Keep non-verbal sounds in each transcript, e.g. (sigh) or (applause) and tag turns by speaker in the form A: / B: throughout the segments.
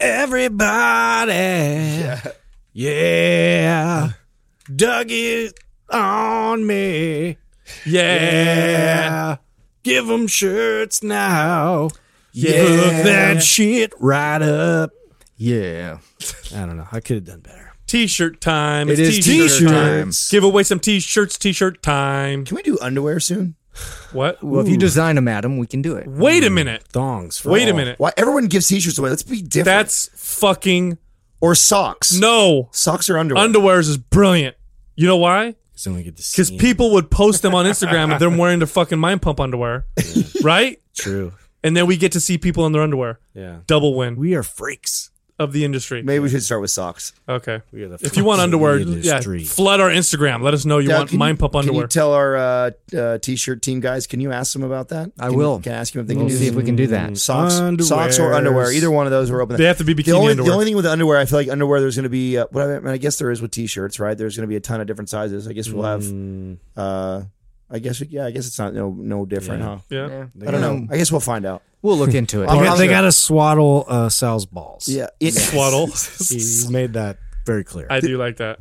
A: Everybody. Yeah. Doug is on me. Yeah. Give 'em Give them shirts now. Yeah. Hook that shit right up. Yeah. I don't know. I could have done better.
B: T-shirt time.
C: It
B: it's
C: is
B: t-shirt
C: t-shirt
B: time.
C: time.
B: Give away some t-shirts. T-shirt time.
C: Can we do underwear soon?
B: What?
C: Well, if you design them, Adam, we can do it. Oh.
B: Wait a minute.
A: Thongs. For
B: Wait a
A: all.
B: minute.
C: Why everyone gives t-shirts away? Let's be different.
B: That's fucking
C: or socks.
B: no.
C: socks or underwear.
B: Underwears is brilliant. You know why?
A: So we get to
B: Because
A: see it.
B: people would post
C: (laughs)
B: them on Instagram and they're wearing their fucking mind pump underwear, right?
A: True.
B: And then we get to see people in their underwear.
A: Yeah.
B: Double win
A: We are freaks.
B: of the industry.
C: Maybe we should start with socks.
B: Okay.
A: We are the
B: If you want
A: freaks of
B: underwear,
A: the
B: yeah,
A: industry.
B: flood our Instagram. Let us know you
C: Doug,
B: want
C: can
B: mind pump
C: Can
B: underwear.
C: you tell our uh, uh, t-shirt team guys? Can you ask them about that? I will. You, can I ask them if they We'll can do see that? if we
A: can do that.
C: Socks, socks or
A: Underwears.
C: underwear. Either one of those are open.
B: They have to be
C: the
B: bikini
C: only,
B: underwear.
C: The only thing with underwear, I feel like underwear. There's going to be. Uh, what I, mean, I guess there is with t-shirts, right? There's going to be a ton of different sizes. I guess we'll have.
A: Mm,
C: Uh, I guess yeah. I guess it's not no no different, huh?
B: yeah.
C: I don't know. I guess we'll find out.
D: We'll look into it.
C: I'm-
A: They,
C: I'm
A: got, they
C: sure.
A: gotta swaddle uh, Sal's balls. (laughs)
C: Yeah, it,
B: Swaddle.
A: he, he made that very clear.
B: I do like that.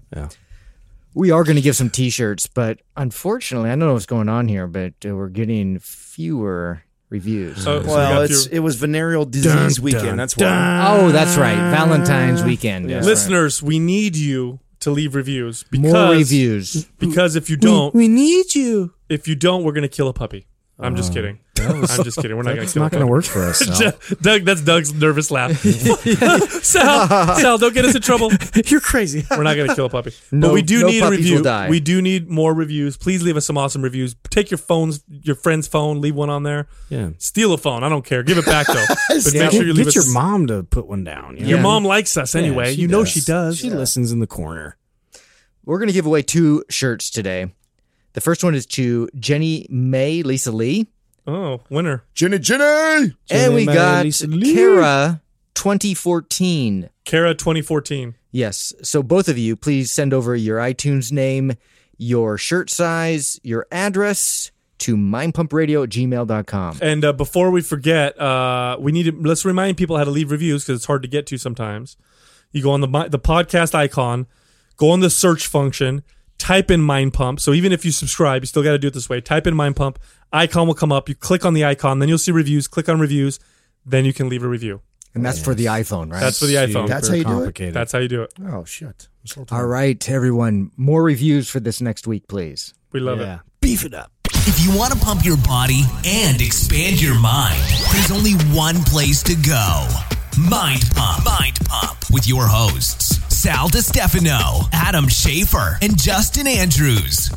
D: we are going to give some T-shirts, but unfortunately, I don't know what's going on here, but uh, we're getting fewer reviews.
B: Oh, so we
C: Well,
B: got
C: it's
B: your-
C: it was venereal disease weekend. that's why.
D: Oh, that's right, Valentine's weekend. That's right.
B: listeners, we need you to leave reviews because
D: more reviews.
B: because if you don't,
A: we need you.
B: if you don't, we're gonna kill a puppy. I'm just kidding. I'm just kidding. We're not gonna
A: It's
B: kill.
A: not going
B: a
A: to
B: puppy.
A: work for
B: (laughs)
A: us. Sal.
B: Doug, that's Doug's nervous laugh. (laughs) Sal, Sal, don't get us in trouble. (laughs)
A: You're crazy.
B: We're not gonna kill a puppy,
D: No-
B: but we do
D: no
B: need a
D: puppies will
B: review.
D: die.
B: We do need more reviews. Please leave us some awesome reviews. Take your phones, your friend's phone, leave one on there. (laughs)
A: Yeah.
B: Steal a phone. I don't care. Give it back though. But
A: Yeah,
B: make sure you leave
A: get
B: us.
A: your mom to put one down. you know?
B: Your
D: Yeah.
B: mom likes us
A: Yeah,
B: anyway. you know she does.
A: She listens in the corner.
D: We're going to give away two shirts today. The first one is to Jenny May Lisa Lee,
B: Oh, winner.
C: Jenny, Jenny.
D: and we
A: May
D: got
A: Lisa Lee.
D: Kara 2014.
B: Kara 2014.
D: Yes. So both of you, please send over your iTunes name, your shirt size, your address to mindpumpradio at gmail.com.
B: And uh, before we forget, uh, we need to let's remind people how to leave reviews because it's hard to get to sometimes. You go on the mi- the podcast icon, go on the search function, type in Mind Pump. So even if you subscribe, you still got to do it this way. Type in Mind Pump, icon will come up. You click on the icon, then you'll see reviews. Click on reviews, then you can leave a review.
D: And that's for the iPhone, right?
B: That's for the iPhone.
C: That's how you do it?
A: complicated.
B: That's how you do it.
C: Oh shit. This whole time.
D: All right, everyone. More reviews for this next week, please.
B: We love
A: yeah.
B: it.
A: Beef it up.
E: If you want to pump your body and expand your mind, there's only one place to go Mind Pump. Mind Pump with your hosts, Sal DiStefano, Adam Schaefer, and Justin Andrews.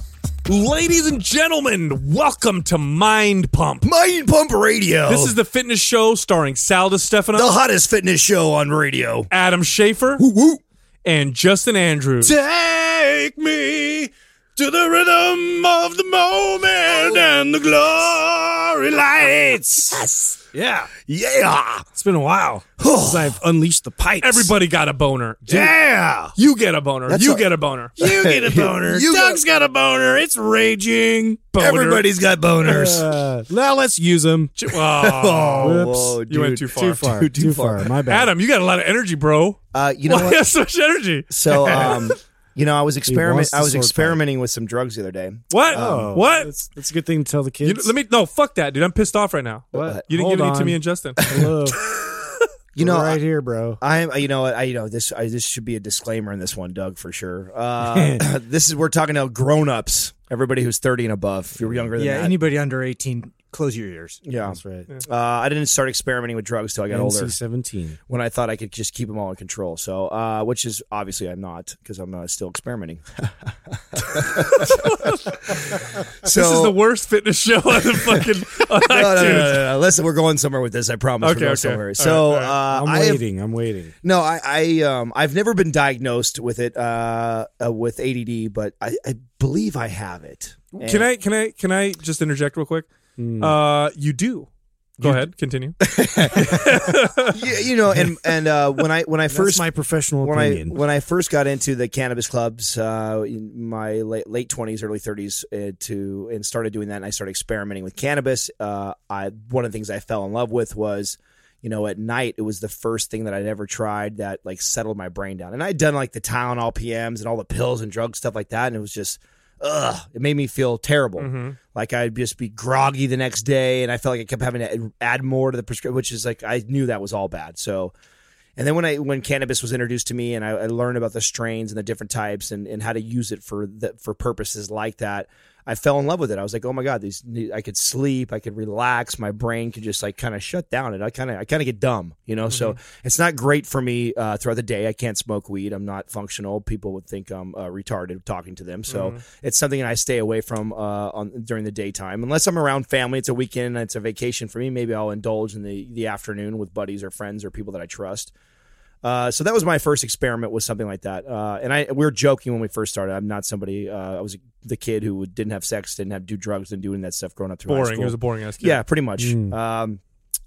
B: Ladies and gentlemen, welcome to Mind Pump.
C: Mind Pump Radio.
B: This is the fitness show starring Sal DiStefano,
C: the hottest fitness show on radio.
B: Adam Schaefer, and Justin Andrews.
C: Take me to the rhythm of the moment and the glory (laughs) lights.
A: Yeah.
C: Yeah.
A: It's been a while
C: (sighs)
A: since I've unleashed the pipes.
B: Everybody got a boner.
C: Yeah.
B: You get a boner.
C: That's
B: you
C: a-
B: get a boner.
C: (laughs) You get a boner.
A: You
C: Doug's got, a boner. It's raging. Everybody's got boners.
A: Uh, now let's use them.
B: J- (laughs) Oh.
C: (laughs)
A: Whoops.
C: whoa,
B: You went
C: dude.
B: too far.
A: Too far. Too, far. My bad.
B: Adam, you got a lot of energy, bro.
C: Uh,
B: (laughs)
C: you know
B: Why
C: what?
B: you
C: (laughs)
B: have so much energy?
C: So, um, you know, I was experiment.
A: wants the
C: I was
A: sword fight.
C: experimenting with some drugs the other day.
B: What?
A: Oh,
B: what?
A: That's, that's a good thing to tell the
B: You,
A: kids.
B: let me no. Fuck that, dude. I'm pissed off right now.
A: What?
B: You didn't
A: Hold
B: give any to
A: on.
B: me and Justin.
C: (laughs)
A: Hello.
B: (laughs)
C: You know,
A: We're
C: I-
A: right here, bro.
C: I'm, you know, what, I, you know, this, I, this should be a disclaimer in this one, Doug, for sure. (laughs) Uh, this is we're talking about grown ups, everybody who's thirty and above. If you're younger than
D: Yeah,
C: that,
D: anybody under 18
C: close your ears.
A: Yeah.
C: That's right. Uh, I didn't start experimenting with drugs till I got older.
A: seventeen.
C: when I thought I could just keep them all in control. So, uh, which is obviously I'm not because I'm uh, still experimenting. (laughs) so,
B: this is the worst fitness show on
C: (laughs)
B: the fucking on
C: no, no, no,
B: iTunes.
C: no, no, no. Listen, we're going somewhere with this. I promise.
B: Okay,
C: we're going
B: okay.
C: somewhere.
B: All right,
C: So,
B: all
C: uh,
A: I'm
C: I have-
A: waiting. I'm waiting.
C: no, I, I, um, I've never been diagnosed with it, uh, uh with ADD, but I, I believe I have it.
B: Can I can I can I just interject real quick?
C: Hmm.
B: Uh, you do. Go ahead, continue.
C: Yeah, you know, and and uh, when I
B: (laughs)
C: when I
A: First,
C: first
A: my professional
C: when
A: opinion.
C: I when I first got into the cannabis clubs, uh, in my late late twenties, early thirties, uh, to and started doing that, and I started experimenting with cannabis. Uh, I one of the things I fell in love with was, you know, at night it was the first thing that I'd ever tried that like settled my brain down, and I'd done like the Tylenol PMS and all the pills and drug stuff like that, and it was just. Ugh, it made me feel terrible. Like I'd just be groggy the next day, and I felt like I kept having to add more to the prescription, which is like I knew that was all bad. So and then when I when cannabis was introduced to me, and I, I learned about the strains and the different types and, and how to use it for the, for purposes like that, I fell in love with it. I was like, oh my god, these new- I could sleep, I could relax, my brain could just like kind of shut down, and I kind of I kind of get dumb, you know. So it's not great for me uh, throughout the day. I can't smoke weed. I'm not functional. People would think I'm uh, retarded talking to them. So it's something I stay away from uh, on during the daytime, unless I'm around family. It's a weekend, and it's a vacation for me. Maybe I'll indulge in the the afternoon with buddies or friends or people that I trust. Uh, so that was my first experiment with something like that. Uh, and I we were joking when we first started. I'm not somebody. Uh, I was the kid who didn't have sex, didn't have do drugs, didn't do any of that stuff growing up through high
B: boring.
C: school.
B: It was a boring ass. Kid.
C: Yeah, pretty much. Um,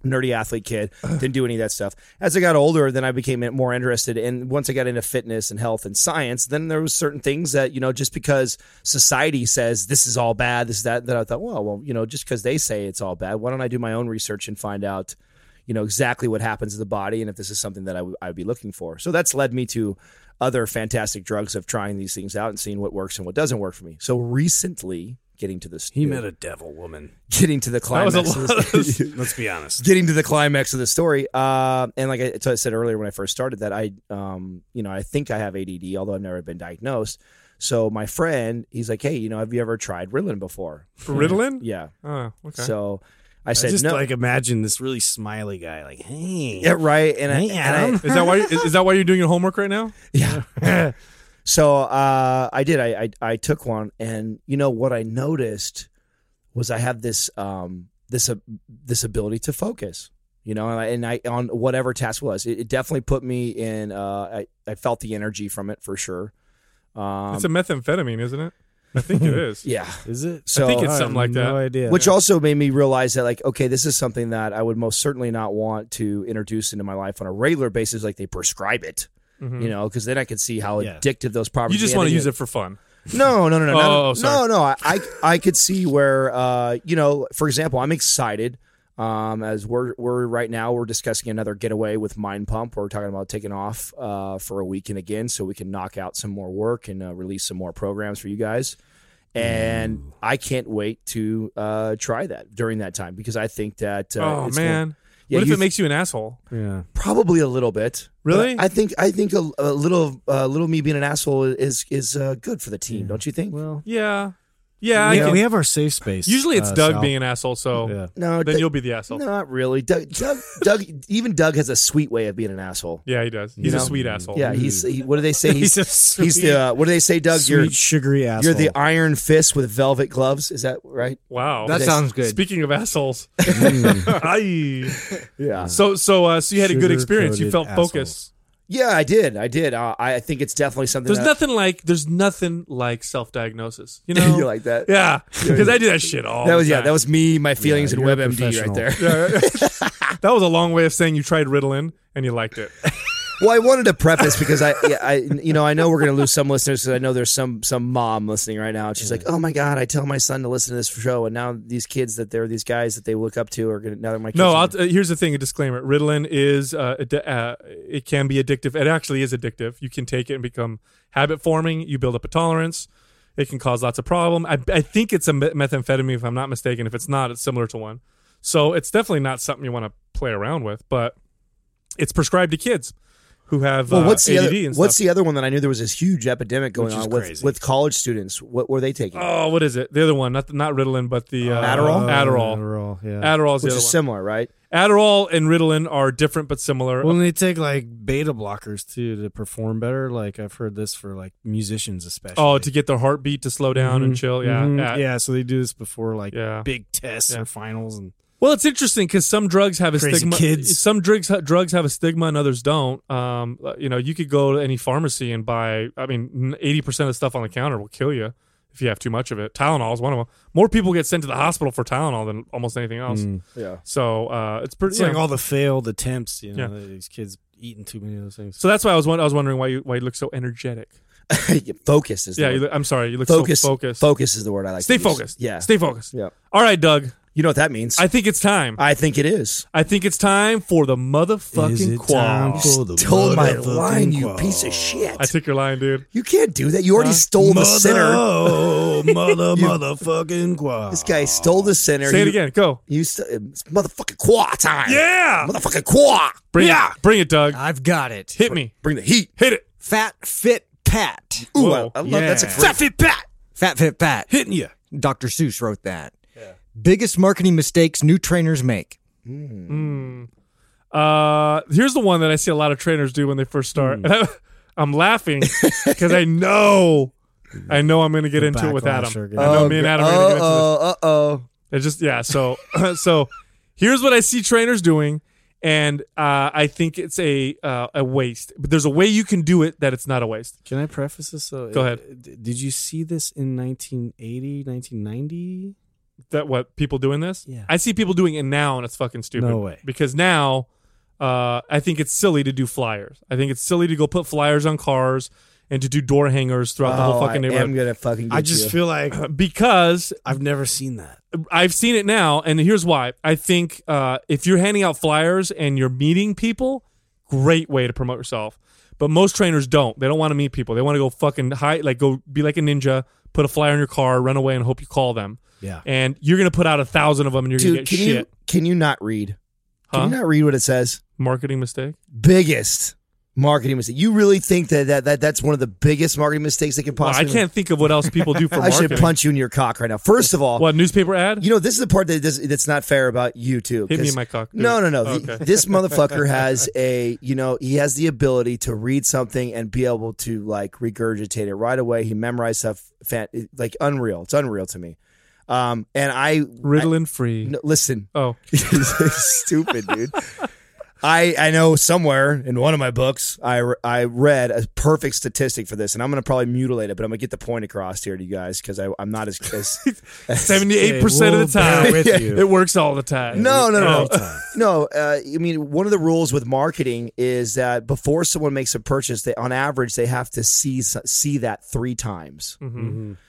C: nerdy athlete kid. Didn't do any of that stuff. As I got older, then I became more interested. And once I got into fitness and health and science, then there was certain things that you know, just because society says this is all bad, this is that, that I thought, well, well, you know, just because they say it's all bad, why don't I do my own research and find out. You know exactly what happens to the body, and if this is something that I would I would be looking for. So that's led me to other fantastic drugs of trying these things out and seeing what works and what doesn't work for me. So recently, getting to this,
A: he met a devil woman.
C: getting to the
B: that
C: climax.
B: was a
C: of
B: lot.
C: this-
B: Of
A: (laughs)
B: this.
A: Let's be honest.
C: (laughs) getting to the climax of the story. Uh, and like I, so I said earlier when I first started that I, um, you know, I think I have ADD, although I've never been diagnosed. So my friend, he's like, hey, you know, have you ever tried Ritalin before?
B: Ritalin.
C: Yeah.
B: Oh, okay.
C: So I
A: I
C: said
A: just
C: no.
A: like imagine this really smiley guy, like, hey,
C: yeah, right. And I,
A: Hey,
C: and I
A: Adam.
B: is that why? Is, is that why you're doing your homework right now?
C: (laughs) yeah. so uh, I did. I, I I took one, and you know what I noticed was I have this um this uh, this ability to focus. You know, and I, and I on whatever task was, it, it definitely put me in. Uh, I I felt the energy from it for sure. Um,
B: it's a methamphetamine, isn't it? I think
C: (laughs)
B: it is.
C: yeah.
A: is it?
C: So
B: think it's
A: I have
B: something like that.
A: No idea.
C: Which also made me realize that, like, okay, this is something that I would most certainly not want to introduce into my life on a regular basis, like they prescribe it, you know, because then I could see how
A: Yeah.
C: addictive those
B: Mm-hmm. You
C: properties.
B: just want to
C: and-
B: use it for fun.
C: No, no, no, no,
B: Oh,
C: no, no,
B: sorry.
C: no. I, I, I could see where, uh, you know, for example, I'm excited. Um, as we're we're right now, we're discussing another getaway with Mind Pump. We're talking about taking off uh, for a weekend again, so we can knock out some more work and uh, release some more programs for you guys. And I can't wait to uh, try that during that time because I think that uh,
B: oh
C: it's
B: man.
C: going- Yeah,
B: what if
C: you-
B: it makes you an asshole?
A: yeah.
C: probably a little bit.
B: Really?
C: But I think I think a, a little a little me being an asshole is is uh, good for the team, don't you think?
A: Well,
B: Yeah. Yeah. I
A: we,
B: can-
A: we have our safe space.
B: usually it's
A: uh,
B: Doug
A: Sal.
B: being an asshole, so
A: Yeah.
C: no,
B: then
C: th-
B: you'll be the asshole.
C: Not really. Doug, Doug, Doug, even Doug has a sweet way of being an asshole.
B: Yeah, he does. He's
C: know?
B: a sweet asshole.
C: Yeah, he's. He, what do they say? He's.
A: He's a
C: he's, the. Uh, what do they say, Doug?
A: Sweet,
C: you're.
A: sugary asshole.
C: You're the iron fist with velvet gloves. Is that right?
B: Wow.
D: That sounds good.
B: Speaking of
C: (laughs)
B: assholes.
C: Mm.
B: Aye.
C: Yeah.
B: so so uh, so you had a good experience. You
A: Sugar-coated
B: felt
A: assholes.
B: focused.
C: Yeah, I did. I did. Uh, I I think it's definitely something.
B: There's
C: that,
B: nothing like there's nothing like self diagnosis. You know?
C: (laughs) you like that.
B: yeah. Because I do that shit all
C: That
B: the
C: was yeah.
B: time.
C: That was me, my feelings,
A: Yeah,
C: and
A: you're a
C: WebMD right there.
B: that was a long way of saying you tried Ritalin and you liked it.
C: Well, I wanted to preface because I, yeah, I, you know, I know we're going to lose some listeners because I know there's some some mom listening right now. And she's like, "Oh my god, I tell my son to listen to this show, and now these kids that they're these guys that they look up to are going to now they're my kids."
B: No,
C: are
B: I'll, uh, here's the thing: a disclaimer. Ritalin is uh, addi- uh, it can be addictive. It actually is addictive. You can take it and become habit forming. You build up a tolerance. It can cause lots of problem. I, I think it's a me- methamphetamine, if I'm not mistaken. If it's not, it's similar to one. So it's definitely not something you want to play around with. But it's prescribed to kids, who have
C: Well,
B: uh,
C: what's the
B: ADD
C: other,
B: and
C: what's
B: stuff.
C: the other one that I knew there was this huge epidemic going
A: Which is
C: on with,
A: crazy.
C: with college students? What were they taking?
B: oh, what is it? The other one, not the, not Ritalin, but the uh,
C: Adderall?
B: Adderall.
A: Oh, Adderall, yeah.
B: Adderall's the
C: Which
B: other
C: is
B: one.
C: similar, right? (laughs)
B: Adderall and Ritalin are different but similar.
A: Well, and they take like beta blockers too to perform better. Like I've heard this for like musicians especially.
B: oh, to get their heartbeat to slow down and chill. Yeah,
A: Mhm.
B: yeah.
A: yeah. So they do this before like
B: Yeah.
A: big tests
B: Yeah.
A: or finals, and
B: Well, it's interesting because some drugs have a
A: Crazy
B: stigma.
A: kids.
B: Some drugs drugs have a stigma and others don't. Um, you know, you could go to any pharmacy and buy. I mean, eighty percent of the stuff on the counter will kill you if you have too much of it. Tylenol is one of them. More people get sent to the hospital for Tylenol than almost anything else.
C: Yeah.
B: So uh, it's pretty.
A: it's
B: you
A: like
B: know.
A: all the failed attempts. You know,
B: Yeah.
A: these kids eating too many of those things.
B: so that's why I was won- I was wondering why you why you look so energetic.
C: focus is the
B: Yeah,
C: word.
B: you, look- I'm sorry. You look
C: focus,
B: so focused.
C: Focus is the word I like. to
B: Stay
C: use.
B: focused.
C: Yeah.
B: Stay focused.
C: Yeah.
B: All right, Doug.
C: you know what that means. I,
B: I think it's time.
C: think it is.
B: I think it's time for the
A: Is
B: motherfucking
A: it time
B: qual.
A: for the
C: Told my
A: motherfucking
C: line, you
A: qual?
C: piece of shit.
B: I took your line, dude.
C: you can't do that. You already stole the center.
B: (laughs)
A: Oh, mother, motherfucking qual.
C: This guy stole the center.
B: Say it
C: You-
B: again. Go.
C: You st- it's motherfucking qua time.
B: Yeah.
C: Motherfucking qua.
B: Bring it. Bring it, Doug.
D: Uh,
F: I've got it.
B: Hit me.
C: Bring the heat.
B: Hit it.
F: Fat Fit Pat.
C: Ooh,
B: Whoa.
C: I, I love that's a
A: Yeah.
C: great.
F: Fat Fit Pat.
A: hitting you.
F: Dr. Seuss wrote that. Biggest marketing mistakes new trainers make.
B: Uh, here's the one that I see a lot of trainers do when they first start.
A: Hmm.
B: (laughs)
A: (laughs)
B: I'm laughing because I know, I know I'm going to get into it with
A: backlash
B: Adam.
A: are gonna-
B: I know me and Adam are going to get into this.
C: Uh oh.
B: It's just yeah. So (laughs) so here's what I see trainers doing, and uh, I think it's a uh, a waste. But there's a way you can do it that it's not a waste.
A: Can I preface this though?
B: Go ahead.
A: Uh, d- Did you see this in 1980, 1990?
B: That what people doing this?
A: Yeah.
B: I see people doing it now, and it's fucking stupid.
A: No way.
B: Because now, uh, I think it's silly to do flyers. I think it's silly to go put flyers on cars and to do door hangers throughout the whole
C: Oh, I
B: fucking neighborhood.
C: am gonna fucking. Get
A: I just
C: you.
A: feel (clears throat) like
B: (laughs) because
A: I've never seen that.
B: I've seen it now, and here's why. I think uh, if you're handing out flyers and you're meeting people, great way to promote yourself. But most trainers don't. They don't want to meet people. They want to go fucking hide, like go be like a ninja, put a flyer in your car, run away, and hope you call them.
A: Yeah.
B: And you're gonna put out a thousand of them, and you're gonna
C: Dude,
B: get
C: can
B: shit.
C: you can you not read? Can
B: Huh?
C: you not read what it says?
B: Marketing mistake.
C: Biggest marketing mistake. You really think that that, that that's one of the biggest marketing mistakes that can
B: Well, I
C: possibly?
B: can't think of what else people do for
C: (laughs) I
B: marketing.
C: should punch you in your cock right now. First of all,
B: what newspaper ad?
C: (laughs) you know this is the part that does, that's not fair about you too.
B: Hit me
C: 'cause-
B: in my cock. Do
C: No,
B: it.
C: no, no.
B: Oh,
C: The-
B: okay. (laughs)
C: this motherfucker has a, you know, he has the ability to read something and be able to like regurgitate it right away. He memorized stuff, fan, like unreal. It's unreal to me. Um, and I,
B: Ritalin free.
C: no, listen, (laughs)
B: Oh,
C: stupid dude. I I know somewhere in one of my books I re- I read a perfect statistic for this, and I'm gonna probably mutilate it, but I'm gonna get the point across here to you guys because I'm not as, as
B: seventy-eight percent of the time,
A: with you.
B: it works all the time.
C: No, no, no,
B: Oh.
C: no. no uh, I mean, one of the rules with marketing is that before someone makes a purchase, they on average they have to see see that three times.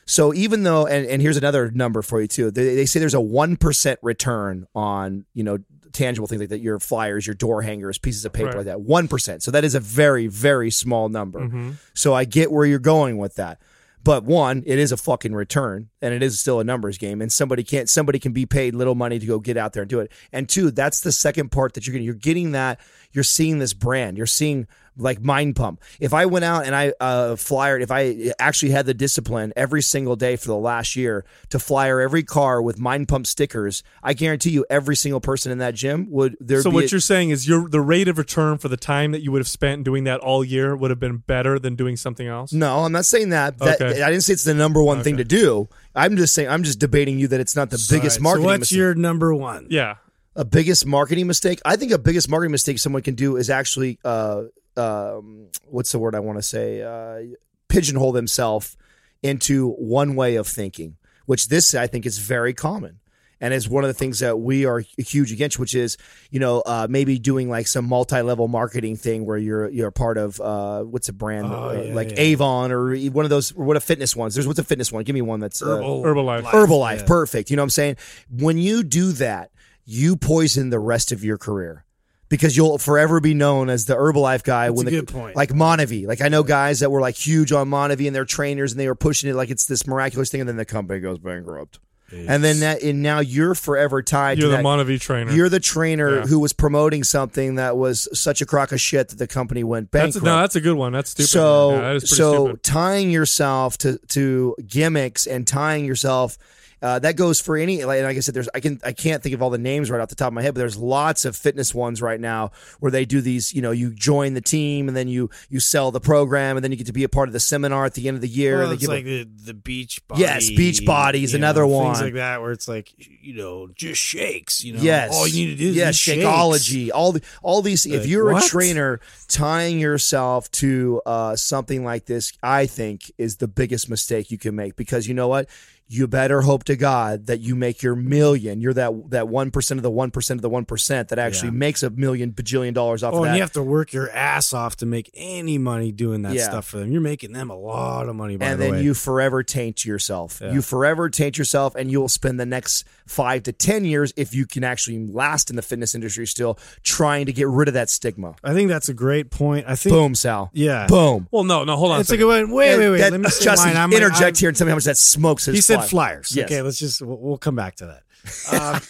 C: So even though, and, and here's another number for you too. They, they say there's a one percent return on you know tangible things like that, your flyers, your door hangers, pieces of paper
B: Right.
C: like that. One percent. So that is a very very small number. So I get where you're going with that. But one, it is a fucking return, and it is still a numbers game, and somebody can't somebody can be paid little money to go get out there and do it. And two, that's the second part that you're getting. You're getting that you're seeing this brand, you're seeing like Mind Pump. If I went out and I uh, flyered, if I actually had the discipline every single day for the last year to flyer every car with Mind Pump stickers, I guarantee you, every single person in that gym would there.
B: so
C: be
B: what
C: a-
B: you're saying is your the rate of return for the time that you would have spent doing that all year would have been better than doing something else.
C: No, I'm not saying that. that
B: Okay.
C: I didn't say it's the number one thing to do. I'm just saying I'm just debating you that it's not the biggest
A: All right,
C: marketing.
A: So what's
C: mistake.
A: your number one?
B: Yeah.
C: a biggest marketing mistake? I think a biggest marketing mistake someone can do is actually uh, um, what's the word I want to say? Uh, pigeonhole themselves into one way of thinking, which this I think is very common. And is one of the things that we are huge against, which is, you know, uh, maybe doing like some multi-level marketing thing where you're you're a part of uh, what's a brand uh,
A: Oh, yeah,
C: like
A: yeah.
C: Avon or e, one of those, or what a fitness ones. There's what's a fitness one? Give me one that's uh,
B: Herbalife.
C: Herbalife, perfect. You know what I'm saying? When you do that, you poison the rest of your career because you'll forever be known as the Herbalife guy. when
A: a
C: the,
A: good point.
C: Like Monavie. Like I know guys that were like huge on Monavie and their trainers and they were pushing it like it's this miraculous thing and then the company goes bankrupt. and then that and now you're forever tied.
B: You're
C: to
B: the
C: that-
B: Montevideo trainer.
C: You're the trainer
B: Yeah.
C: who was promoting something that was such a crock of shit that the company went
B: that's,
C: bankrupt.
B: no, that's a good one. That's stupid.
C: So,
B: Yeah, that is pretty
C: so
B: stupid.
C: tying yourself to to gimmicks and tying yourself. Uh, that goes for any like, like I said. There's I can I can't think of all the names right off the top of my head, but there's lots of fitness ones right now where they do these. You know, you join the team and then you you sell the program and then you get to be a part of the seminar at the end of the year.
A: Well,
C: they
A: it's
C: give a-
A: like the, the beach body.
C: Yes, beach body is
A: you know,
C: another
A: Things
C: one.
A: like that, where it's like, you know, just shakes. You know,
C: Yes.
A: all you need to do is
C: yes,
A: do shakes.
C: shakeology. All the, all these. if
A: Like,
C: you're a
A: what?
C: trainer, tying yourself to uh, something like this, I think, is the biggest mistake you can make because you know what. You better hope to God that you make your million. You're that that one percent of the one percent of the one percent that actually makes a million bajillion dollars off
A: Oh,
C: of
A: and
C: that.
A: you have to work your ass off to make any money doing that
C: Yeah.
A: stuff for them. You're making them a lot of money, by
C: and
A: the
C: then
A: way.
C: you forever taint yourself. You forever taint yourself, and you'll spend the next five to ten years, if you can actually last in the fitness industry, still trying to get rid of that stigma.
A: I think that's a great point. I think,
C: Boom, Sal.
A: yeah,
C: Boom.
B: well, no, no, hold on. a
A: It's a
B: second.
A: good one. Wait, wait, wait.
C: That-
A: Let me say
C: Justin,
A: mine. I'm
C: interject
A: I'm-
C: here and tell me how much that smokes his
A: He said
C: fly.
A: flyers.
C: Yes.
A: Okay, let's just we'll, we'll come back to that.
C: (laughs)
A: Um,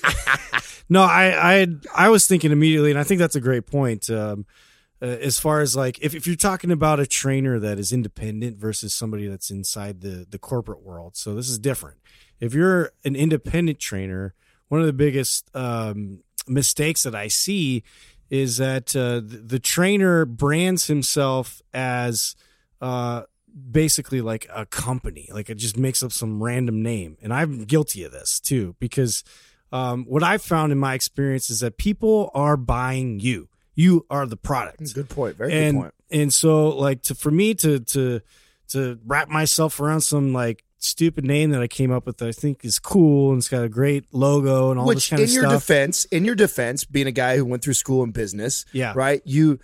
A: (laughs) no, I I I was thinking immediately, and I think that's a great point. Um, uh, as far as like if, if you're talking about a trainer that is independent versus somebody that's inside the the corporate world, so this is different. If you're an independent trainer, one of the biggest um, mistakes that I see is that uh, the, the trainer brands himself as uh, basically like a company. Like it just makes up some random name. And I'm guilty of this too, because um, what I've found in my experience is that people are buying you. You are the product.
C: Good point. Very
A: and,
C: good point.
A: And so like to for me to to to wrap myself around some like stupid name that I came up with that I think is cool and it's got a great logo and all this
C: Which,
A: kind
C: in
A: of
C: your
A: stuff.
C: defense, in your defense, being a guy who went through school in business,
A: Yeah.
C: right? You,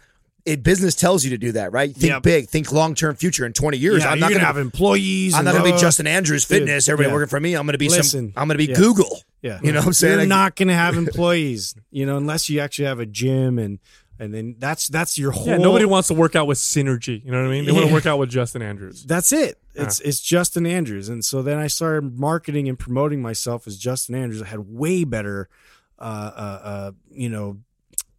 C: it business tells you to do that, right? Think
A: Yep.
C: big, think long term future. In twenty years,
A: yeah,
C: I'm
A: you're
C: not
A: gonna
C: going
A: have
C: to.
A: employees.
C: I'm
A: and
C: not going to be
A: blah,
C: Justin Andrews
A: Dude,
C: Fitness. Everybody
A: yeah.
C: working for me. I'm going to be
A: Listen,
C: some. I'm going to be
A: yeah.
C: Google.
A: Yeah.
C: You know what I'm saying?
A: You're
C: Like-
A: not going to
C: (laughs)
A: have employees, you know, unless you actually have a gym and and then that's that's your whole
B: Yeah, nobody wants to work out with synergy. You know what I mean? They want to
A: Yeah.
B: work out with Justin Andrews.
A: That's it. It's it's Justin Andrews. And so then I started marketing and promoting myself as Justin Andrews. I had way better uh uh, uh you know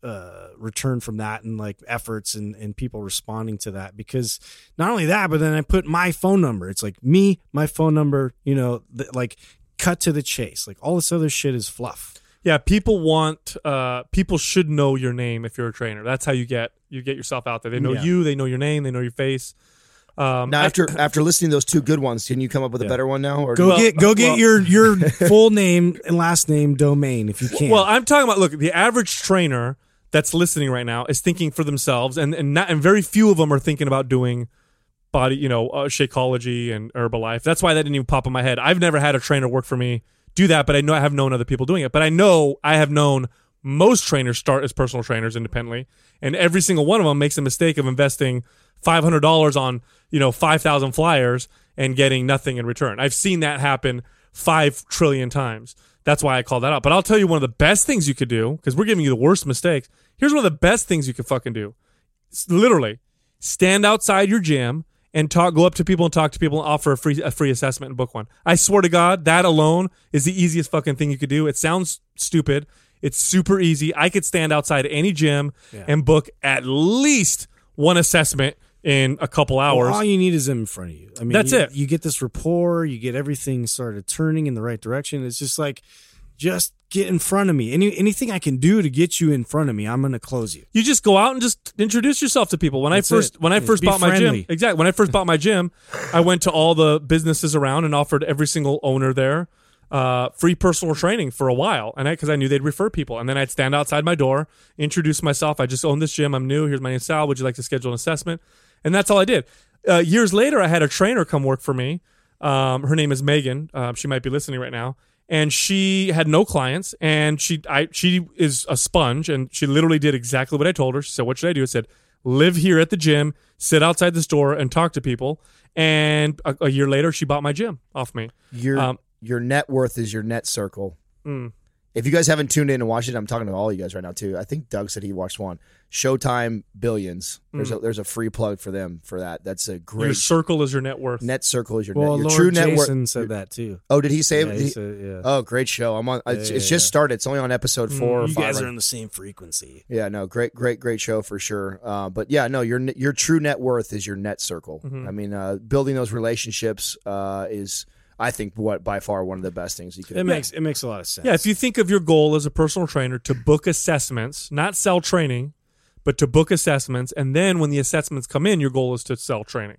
A: uh, return from that and like efforts and, and people responding to that because not only that but then i put my phone number it's like me my phone number you know th- like cut to the chase like all this other shit is fluff
B: Yeah, people want uh people should know your name if you're a trainer. That's how you get you get yourself out there. They know
A: Yeah.
B: you, they know your name, they know your face. Um
C: now,
B: I-
C: after after listening to those two good ones, can you come up with a better one now? Or
A: Go
C: Well,
A: get go get your (laughs) your full name and last name domain if you can.
B: Well, I'm talking about look, the average trainer that's listening right now is thinking for themselves and and not and very few of them are thinking about doing body, you know, uh, Shakeology and Herbalife. That's why that didn't even pop in my head. I've never had a trainer work for me do that, but I know I have known other people doing it. But I know I have known most trainers start as personal trainers independently, and every single one of them makes a mistake of investing five hundred dollars on you know five thousand flyers and getting nothing in return. I've seen that happen five trillion times. That's why I call that out. But I'll tell you one of the best things you could do because we're giving you the worst mistakes. Here's one of the best things you could fucking do s- literally stand outside your gym and talk go up to people and talk to people and offer a free a free assessment and book one i swear to god that alone is the easiest fucking thing you could do it sounds stupid it's super easy i could stand outside any gym and book at least one assessment in a couple hours
A: all you need is them in front of you. I mean,
B: That's
A: you,
B: it.
A: You get this rapport. You get everything sort of turning in the right direction. It's just like, just get in front of me. Any anything I can do to get you in front of me, I'm gonna close you.
B: you just go out and just introduce yourself to people. When
A: That's
B: I first
A: it.
B: when I
A: Just
B: first
A: be
B: bought my gym,
A: friendly.
B: exactly. When I first bought my gym, I went to all the businesses around and offered every single owner there uh, free personal training for a while, and because I, knew they'd refer people, and then I'd stand outside my door, introduce myself. I just own this gym. I'm new. Here's my name, Sal. Would you like to schedule an assessment? And that's all I did. Uh, years later, I had a trainer come work for me. Um, her name is Megan. Um, she might be listening right now and she had no clients and she I she is a sponge and she literally did exactly what I told her. She said, "What should I do?" I said, "Live here at the gym, sit outside the store and talk to people." And a, a year later she bought my gym off me.
C: your
B: Um, Mm.
C: your net worth is your net circle. If you guys haven't tuned in and watched it, I'm talking to all you guys right now too. I think Doug said he watched one. Showtime Billions. There's
A: Mm.
C: a there's a free plug for them for that. That's a
B: Your
C: great
B: circle is your net worth.
C: net circle is your
A: Well,
C: net, your
A: Lord
C: true net worth.
A: Jason said that too.
C: Oh, did he say?
A: Yeah,
C: did
A: he
C: he-
A: said- yeah.
C: Oh, great show. I'm on. It's,
A: yeah,
C: it's just
A: yeah.
C: started. It's only on episode four. or
A: You
C: five
A: guys
C: right
A: are on the same frequency.
C: Yeah, no, great, great, great show for sure. Uh, but yeah, no, your your true net worth is your net circle.
A: Mm-hmm.
C: I mean, uh, building those relationships uh, is, I think, what by far one of the best things you can.
A: It makes it makes a lot of sense.
B: Yeah, if you think of your goal as a personal trainer to book assessments, not sell training, but to book assessments, and then when the assessments come in, your goal is to sell training.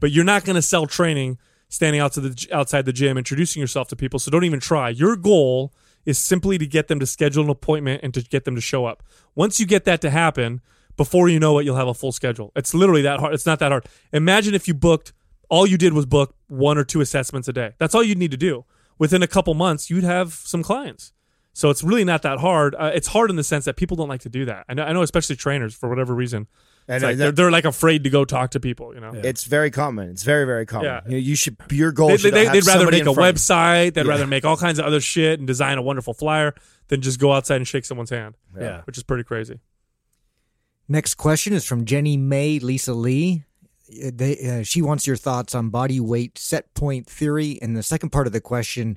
B: But you're not going to sell training standing out to the g- outside the gym, introducing yourself to people. So don't even try. Your goal is simply to get them to schedule an appointment and to get them to show up. Once you get that to happen, before you know it, you'll have a full schedule. It's literally that hard. It's not that hard. Imagine if you booked all you did was book one or two assessments a day. That's all you'd need to do. Within a couple months, you'd have some clients. So it's really not that hard. Uh, it's hard in the sense that people don't like to do that. I know, I know especially trainers for whatever reason. It's
C: I-
B: like they're, they're like afraid to go talk to people. You know,
C: It's very common. It's very, very common.
B: Yeah.
C: You, know, you should. Your goal
B: they,
C: should
B: they,
C: have
B: would rather
C: somebody
B: make
C: in
B: a
C: front-
B: website. They'd rather make all kinds of other shit and design a wonderful flyer than just go outside and shake someone's hand.
A: Yeah.
B: which is pretty crazy. (clears throat)
D: Next question is from Jenny May Lisa Lee. Uh, They, uh, she wants your thoughts on body weight set point theory. And the second part of the question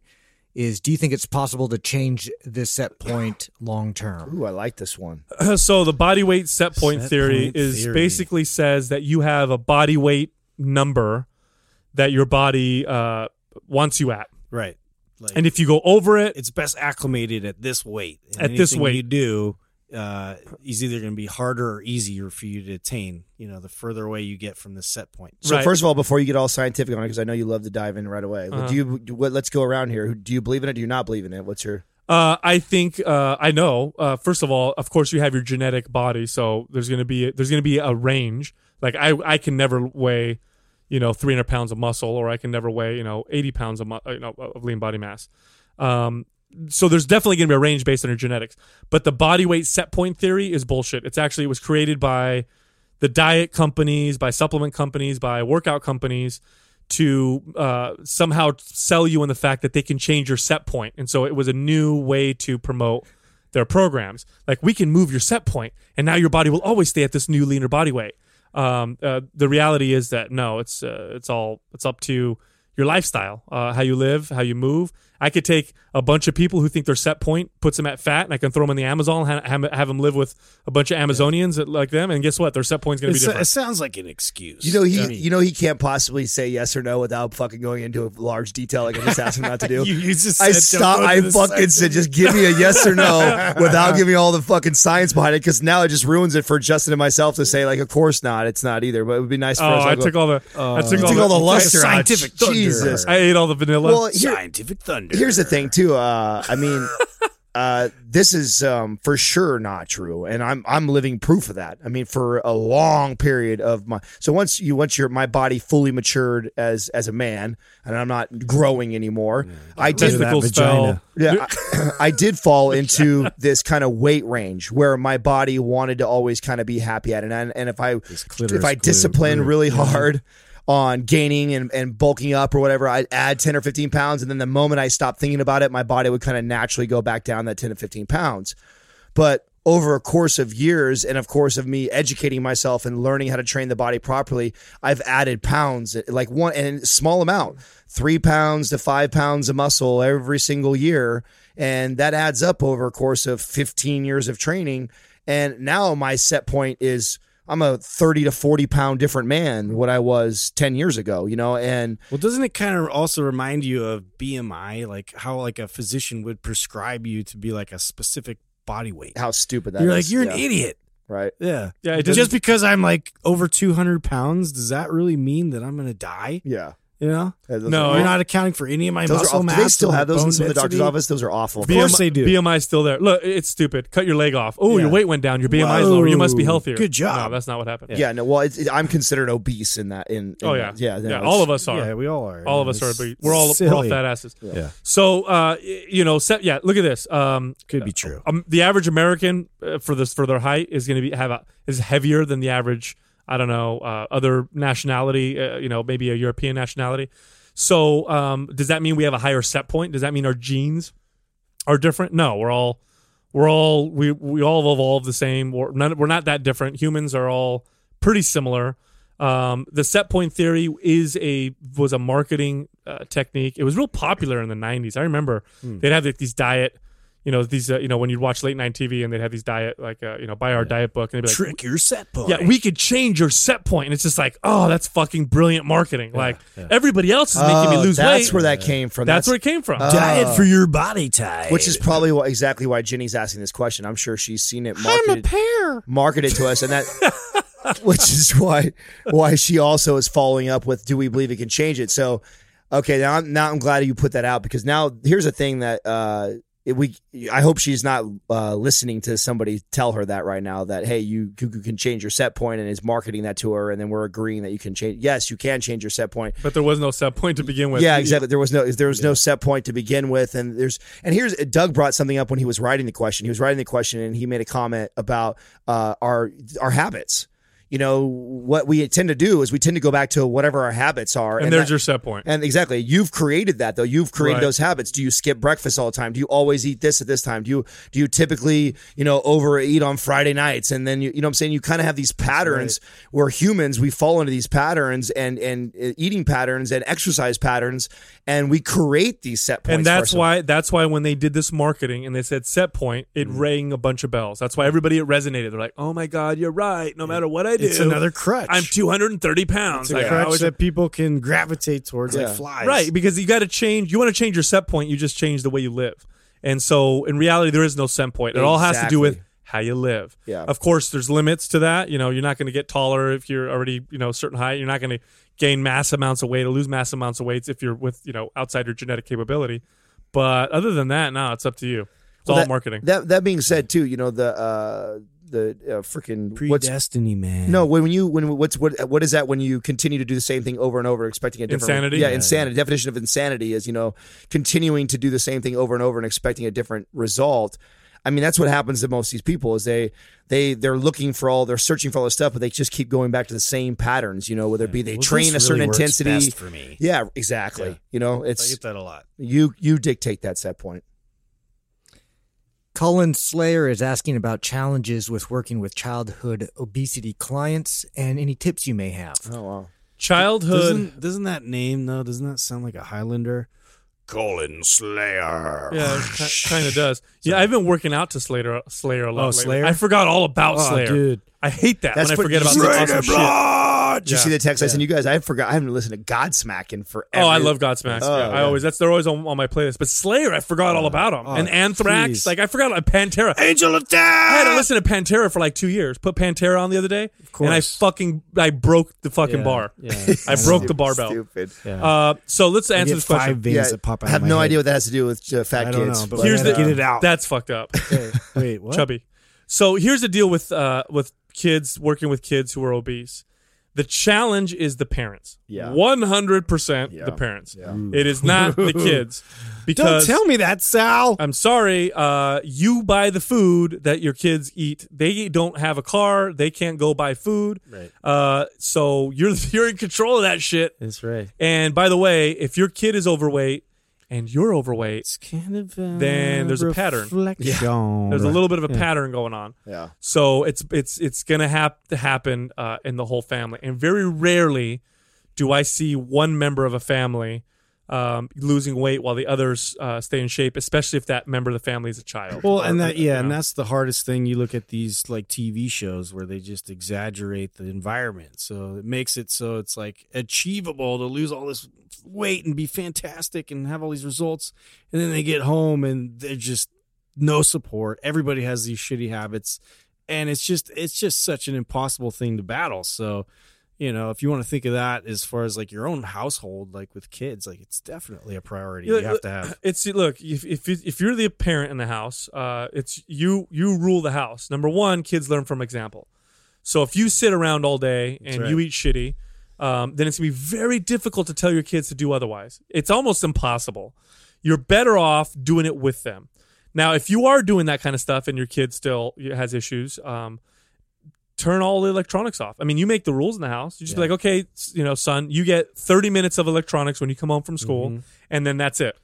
D: is Do you think it's possible to change this set point long term?
C: Ooh, I like this one.
B: so the body weight set point
A: Set
B: theory
A: point
B: is
A: theory.
B: basically says that you have a body weight number that your body uh, wants you at,
A: Right. Like,
B: and if you go over it,
A: it's best acclimated at this weight. And
B: At this
A: anything
B: weight.
A: you do uh, is either going to be harder or easier for you to attain. You know, the further away you get from the set point.
C: So
B: Right.
C: first of all, before you get all scientific on it, because I know you love to dive in right away.
B: Uh-huh.
C: Do you? do- what- Let's go around here. Who- Do you believe in it? Do you not believe in it? What's your?
B: Uh, I think uh, I know. Uh, first of all, of course, you have your genetic body, so there's gonna be there's gonna be a range. Like I, I can never weigh, you know, 300 pounds of muscle, or I can never weigh, you know, 80 pounds of mu- uh, you know of lean body mass. Um, so there's definitely gonna be a range based on your genetics. But the body weight set point theory is bullshit. It's actually it was created by the diet companies, by supplement companies, by workout companies to uh, somehow sell you on the fact that they can change your set point. And so it was a new way to promote their programs. Like we can move your set point, and now your body will always stay at this new leaner body weight. Um, uh, the reality is that no, it's uh, it's all it's up to your lifestyle, uh, how you live, how you move. I could take a bunch of people who think their set point puts them at fat, and I can throw them in the Amazon, and have, have them live with a bunch of Amazonians that like them, and guess what? Their set point's going to be
C: uh,
A: It's-
B: different.
A: it sounds like an excuse.
C: You know he. you know he can't possibly say yes or no without fucking going into a large detail like I just asked him
B: (laughs)
C: not to do.
A: you, you just
C: I
A: said,
C: stop.
A: "Don't go
C: I
A: to the
C: fucking
A: scientific."
C: said, just give me a yes or no
B: (laughs)
C: without giving all the fucking science behind it, because now it just ruins it for Justin and myself to say, like, of course not. It's not either. But it would be nice for
B: Oh,
C: us. all
B: I
C: go-
B: took all the I took,
C: took Uh, all the luster out.
A: scientific thunder.
C: Jesus.
B: I ate all the vanilla.
C: well, here,
A: scientific thunder.
C: here's the thing, too. Uh, I mean, uh, this is um, for sure not true, and I'm I'm living proof of that. I mean, for a long period of my so once you once your my body fully matured as as a man, and I'm not growing anymore. I did
B: testicles
A: vagina.
B: fell.
C: Yeah, I, I (clears throat) did fall into this kind of weight range where my body wanted to always kind of be happy at, it. and and if I
A: clitoris
C: if I
A: glue,
C: discipline
A: glue.
C: really hard on gaining and, and bulking up or whatever, I'd add ten or fifteen pounds, and then the moment I stopped thinking about it, my body would kind of naturally go back down that ten to fifteen pounds but over a course of years and of course of me educating myself and learning how to train the body properly i've added pounds like one and small amount three pounds to five pounds of muscle every single year and that adds up over a course of 15 years of training and now my set point is i'm a 30 to 40 pound different man what i was 10 years ago you know and
A: Well, doesn't it kind of also remind you of BMI, like how like a physician would prescribe you to be like a specific body weight?
C: how stupid that
A: You're
C: is.
A: like you're
C: Yeah,
A: an idiot.
C: right
A: Yeah,
B: Yeah, it
A: just
B: doesn't-
A: because I'm like over 200 pounds, does that really mean that I'm gonna die?
C: yeah
A: You know,
B: No,
A: you're
B: it-
A: not accounting for any of my
C: those are
A: muscle
C: awful.
A: mass.
C: Do they still
A: or
C: have those in
A: bone
C: some of the doctor's
A: density?
C: office? Those are awful.
A: Of course they do.
B: BMI still there. Look, it's stupid. Cut your leg off. Oh,
A: Yeah.
B: you're weight went down. Your BMI is lower. You must be
A: Whoa.
B: healthier.
A: Good job.
B: No, that's not what happened.
C: Yeah, no. Well, it's, it, I'm considered obese in that. In, in
B: Oh yeah.
C: yeah, no,
B: all
C: it's-
B: of us are.
A: Yeah, we all are.
B: all of
A: Yeah,
B: us are.
A: it's
B: But we're all we're all
A: silly.
B: fat asses.
A: Yeah.
B: So uh, y- you know, set, yeah. Look at this. Um,
A: Could be true.
B: um, the average American uh, for this for their height is going to be have a, is heavier than the average. I don't know uh, other nationality. Uh, you know, maybe a European nationality. So um, does that mean we have a higher set point? Does that mean our genes are different? No, we're all we're all we we all evolve the same. We're not, we're not that different. Humans are all pretty similar. Um, the set point theory is a was a marketing uh, technique. It was real popular in the '90s. I remember
C: Hmm.
B: they'd have like, these diet, you know, these uh, you know when you'd watch late night TV and they'd have these diet like uh, you know buy our diet book and they'd be like
A: Trick your set point.
B: yeah, we could change your set point. And it's just like, oh, that's fucking brilliant marketing. like everybody else is making me
C: Oh,
B: lose
C: that's
B: weight.
C: where Uh, that came from.
B: that's where it came from.
A: Diet for your body type.
C: Which is probably why, exactly why Ginny's asking this question. I'm sure she's seen it marketed, marketed to us, and that, which is why why she also is following up with, "Do we believe it can change it?" So, okay, now I'm, now I'm glad you put that out because now here's a thing that uh, it- we I hope she's not uh, listening to somebody tell her that right now that hey, you, you can change your set point, and is marketing that to her, and then we're agreeing that you can change. Yes, you can change your set point.
B: but there was no set point to begin with.
C: Yeah, exactly. There was no there was no set point to begin with, and there's and here's Doug brought something up when he was writing the question. He was writing the question, and he made a comment about uh, our our habits. You know what we tend to do is we tend to go back to whatever our habits are,
B: And, there's
C: that-
B: your set point.
C: and exactly, you've created that though. You've created
B: Right.
C: those habits. Do you skip breakfast all the time? Do you always eat this at this time? Do you do you typically, you know, overeat on Friday nights? And then you, you know, what I'm saying you kind of have these patterns where humans we fall into these patterns and and uh, eating patterns and exercise patterns, and we create these set points.
B: and
C: for
B: that's
C: ourselves.
B: why that's why when they did this marketing and they said set point, it
A: Mm-hmm.
B: rang a bunch of bells. That's why everybody it resonated. They're like, oh my god, you're right. No matter what I do,
A: it's another crutch.
B: I'm 230
A: it's
B: pounds.
A: a
B: Like, I
A: crutch
B: always-
A: that people can gravitate towards
C: Yeah.
A: like flies.
B: Right, because you got to change. You want to change your set point. You just change the way you live. And so, in reality, there is no set point. It all has to do with
C: Exactly.
B: how you live.
C: Yeah.
B: Of course, there's limits to that. You know, you're not going to get taller if you're already you know a certain height. You're not going to gain mass amounts of weight or lose mass amounts of weights if you're with you know outside your genetic capability. But other than that, no, it's up to you. It's all
C: that,
B: marketing.
C: That that being said, too, you know the uh the uh, freaking what's
A: Predestiny, man.
C: No, when you when what's what what is that when you continue to do the same thing over and over, expecting a different
B: Insanity?
C: Yeah,
B: Yeah,
C: insanity. Definition of insanity is you know continuing to do the same thing over and over and expecting a different result. I mean, that's what happens to most of these people is they they they're looking for all they're searching for all this stuff, but they just keep going back to the same patterns. You know, whether it be they
A: Well,
C: train a
A: this
C: certain
A: really works
C: intensity.
A: best for me.
C: Yeah, exactly. You know,
A: I
C: it's
A: get that a lot.
C: you you dictate that set point.
D: Colin Slayer is asking about challenges with working with childhood obesity clients and any tips you may have.
B: Uh-huh.
C: Oh wow.
B: Childhood.
A: Doesn't, doesn't that name though? Doesn't that sound like a Highlander?
G: Colin Slayer.
B: Yeah,
C: Oh,
B: kind of does. Yeah, I've been working out to Slayer, Slayer a lot.
A: Oh,
B: lately.
A: Slayer?
B: I forgot all about
A: Oh,
B: Slayer,
A: dude.
B: I hate that
C: That's
B: when I
C: what-
B: forget about
C: Slayer
B: that awesome shit.
C: Did you
B: Yeah.
C: see the text I sent you guys? I forgot. I haven't listened to Godsmack in forever.
B: Oh, I love Godsmack.
C: Oh,
B: Yeah, I
C: yeah.
B: always that's they're always on, on my playlist. But Slayer, I forgot
A: Oh.
B: all about them. and Anthrax,
A: geez.
B: like I forgot uh, Pantera. I
G: Angel attack.
B: had to listen to Pantera for like two years. Put Pantera on the other day, and I
A: course.
B: fucking I broke the fucking
A: Yeah,
B: bar.
A: yeah.
B: (laughs) I broke the barbell.
C: Stupid.
B: Uh, so let's
A: I
B: answer
A: get
B: this
A: five
B: question.
A: veins
C: Yeah,
A: that pop out.
C: I
A: of
C: have
A: my
C: no
A: head.
C: idea what that has to do with uh, fat
A: I don't
C: kids.
A: know, but
B: Here's the
A: get it out.
B: That's
A: (laughs)
B: fucked up.
A: Wait, what?
B: chubby. So here's the deal with uh, with kids working with kids who are obese. The challenge is the parents.
C: Yeah.
B: one hundred percent the parents. It is
A: (laughs)
B: not the kids.
A: Don't
B: Because
A: tell me that, Sal.
B: I'm sorry. Uh, you buy the food that your kids eat. They don't have a car. They can't go buy food. Right. Uh, so you're (laughs) you're in control of that shit.
A: That's right.
B: And by the way, if your kid is overweight and you're overweight,
A: It's kind of uh,
B: Then there's a pattern.
A: Reflection.
B: there's a little bit of a pattern going on.
C: Yeah.
B: So it's it's it's gonna have to happen uh, in the whole family. And very rarely do I see one member of a family um, losing weight while the others uh, stay in shape, especially if that member of the family is a child.
A: Well,
B: Or-
A: and
B: or-
A: that yeah, and
B: you know.
A: that's the hardest thing. You look at these like TV shows where they just exaggerate the environment, so it makes it so it's like achievable to lose all this weight and be fantastic and have all these results, and then they get home and they're just no support. Everybody has these shitty habits, and it's just it's just such an impossible thing to battle. So. You know, if you want to think of that as far as like your own household, like with kids, like it's definitely a priority you
B: Yeah, uh,
A: have to have.
B: (laughs) It's look if if if you're the parent in the house, uh, it's you you rule the house. Number one, kids learn from example. So if you sit around all day and you eat shitty, um, then it's gonna be very difficult to tell your kids to do otherwise. It's almost impossible. You're better off doing it with them. Now, if you are doing that kind of stuff and your kid still has issues, um, turn all the electronics off. I mean, you make the rules in the house. You just be like, okay, s- you know, son, you get 30 minutes of electronics when you come home from school, and then that's it.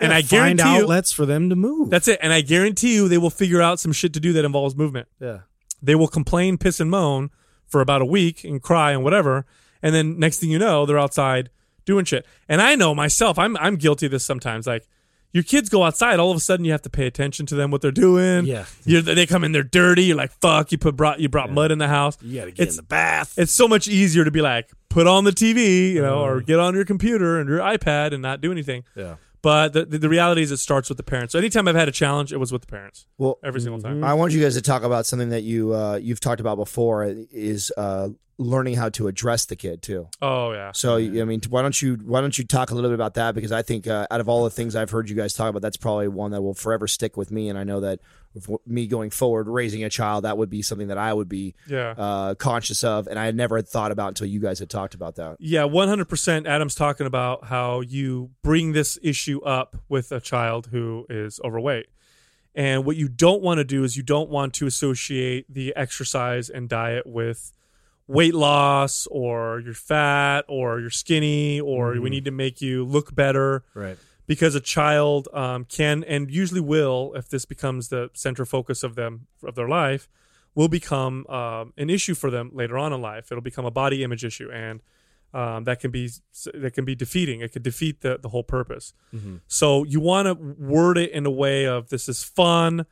B: and I
A: Find
B: guarantee you,
A: outlets for them to move.
B: that's it. And I guarantee you, they will figure out some shit to do that involves movement.
A: yeah.
B: They will complain, piss, and moan for about a week and cry and whatever. And then next thing you know, they're outside doing shit. And I know myself, I'm I'm guilty of this sometimes. Like your kids go outside, all of a sudden you have to pay attention to them what they're doing.
A: Yeah.
B: you're, they come in, they're dirty. You're like, fuck, you put brought you brought mud in the house.
A: You got to get
B: It's-
A: in the bath.
B: it's so much easier to be like put on the TV, you know, or get on your computer and your iPad and not do anything.
A: Mm. Yeah.
B: But the, the, the reality is, it starts with the parents. So anytime I've had a challenge, it was with the parents.
C: Well,
B: Every single
A: Mm-hmm.
B: time.
C: I want you guys to talk about something that you uh, you've talked about before is uh, learning how to address the kid too.
B: Oh yeah.
C: So I mean, why don't you why don't you talk a little bit about that? Because I think uh, out of all the things I've heard you guys talk about, that's probably one that will forever stick with me. And I know that with w- me going forward, raising a child, that would be something that I would be
B: Yeah.
C: uh, conscious of, and I had never had thought about until you guys had talked about that.
B: Yeah, one hundred percent. Adam's talking about how you bring this issue up with a child who is overweight, and what you don't want to do is you don't want to associate the exercise and diet with weight loss or you're fat or you're skinny or we need to make you look better.
A: Mm-hmm. Right.
B: because a child um, can and usually will, if this becomes the center focus of them of their life, will become um, an issue for them later on in life. It'll become a body image issue, and um, that can be that can be defeating. It could defeat the the whole purpose.
A: Mm-hmm.
B: So you want to word it in a way of this is fun,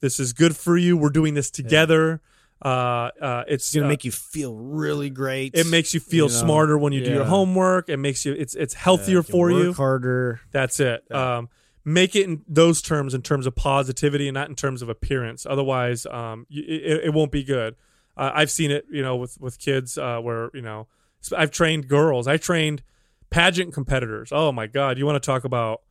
B: this is good for you. We're doing this together. Uh, uh, it's
A: It's going to
B: uh,
A: make you feel really great.
B: it makes you feel
A: you know,
B: smarter when you do your
A: yeah.
B: homework. It makes you it's it's healthier
A: You can
B: for
A: work
B: you.
A: harder. Oh
B: That's it. Um, make it in those terms, in terms of positivity, and not in terms of appearance. Otherwise, um, y- it, it won't be good. Uh, I've seen it, you know, with with kids uh, where you know, s- I've trained girls. I trained pageant competitors. Oh my god, you want to talk about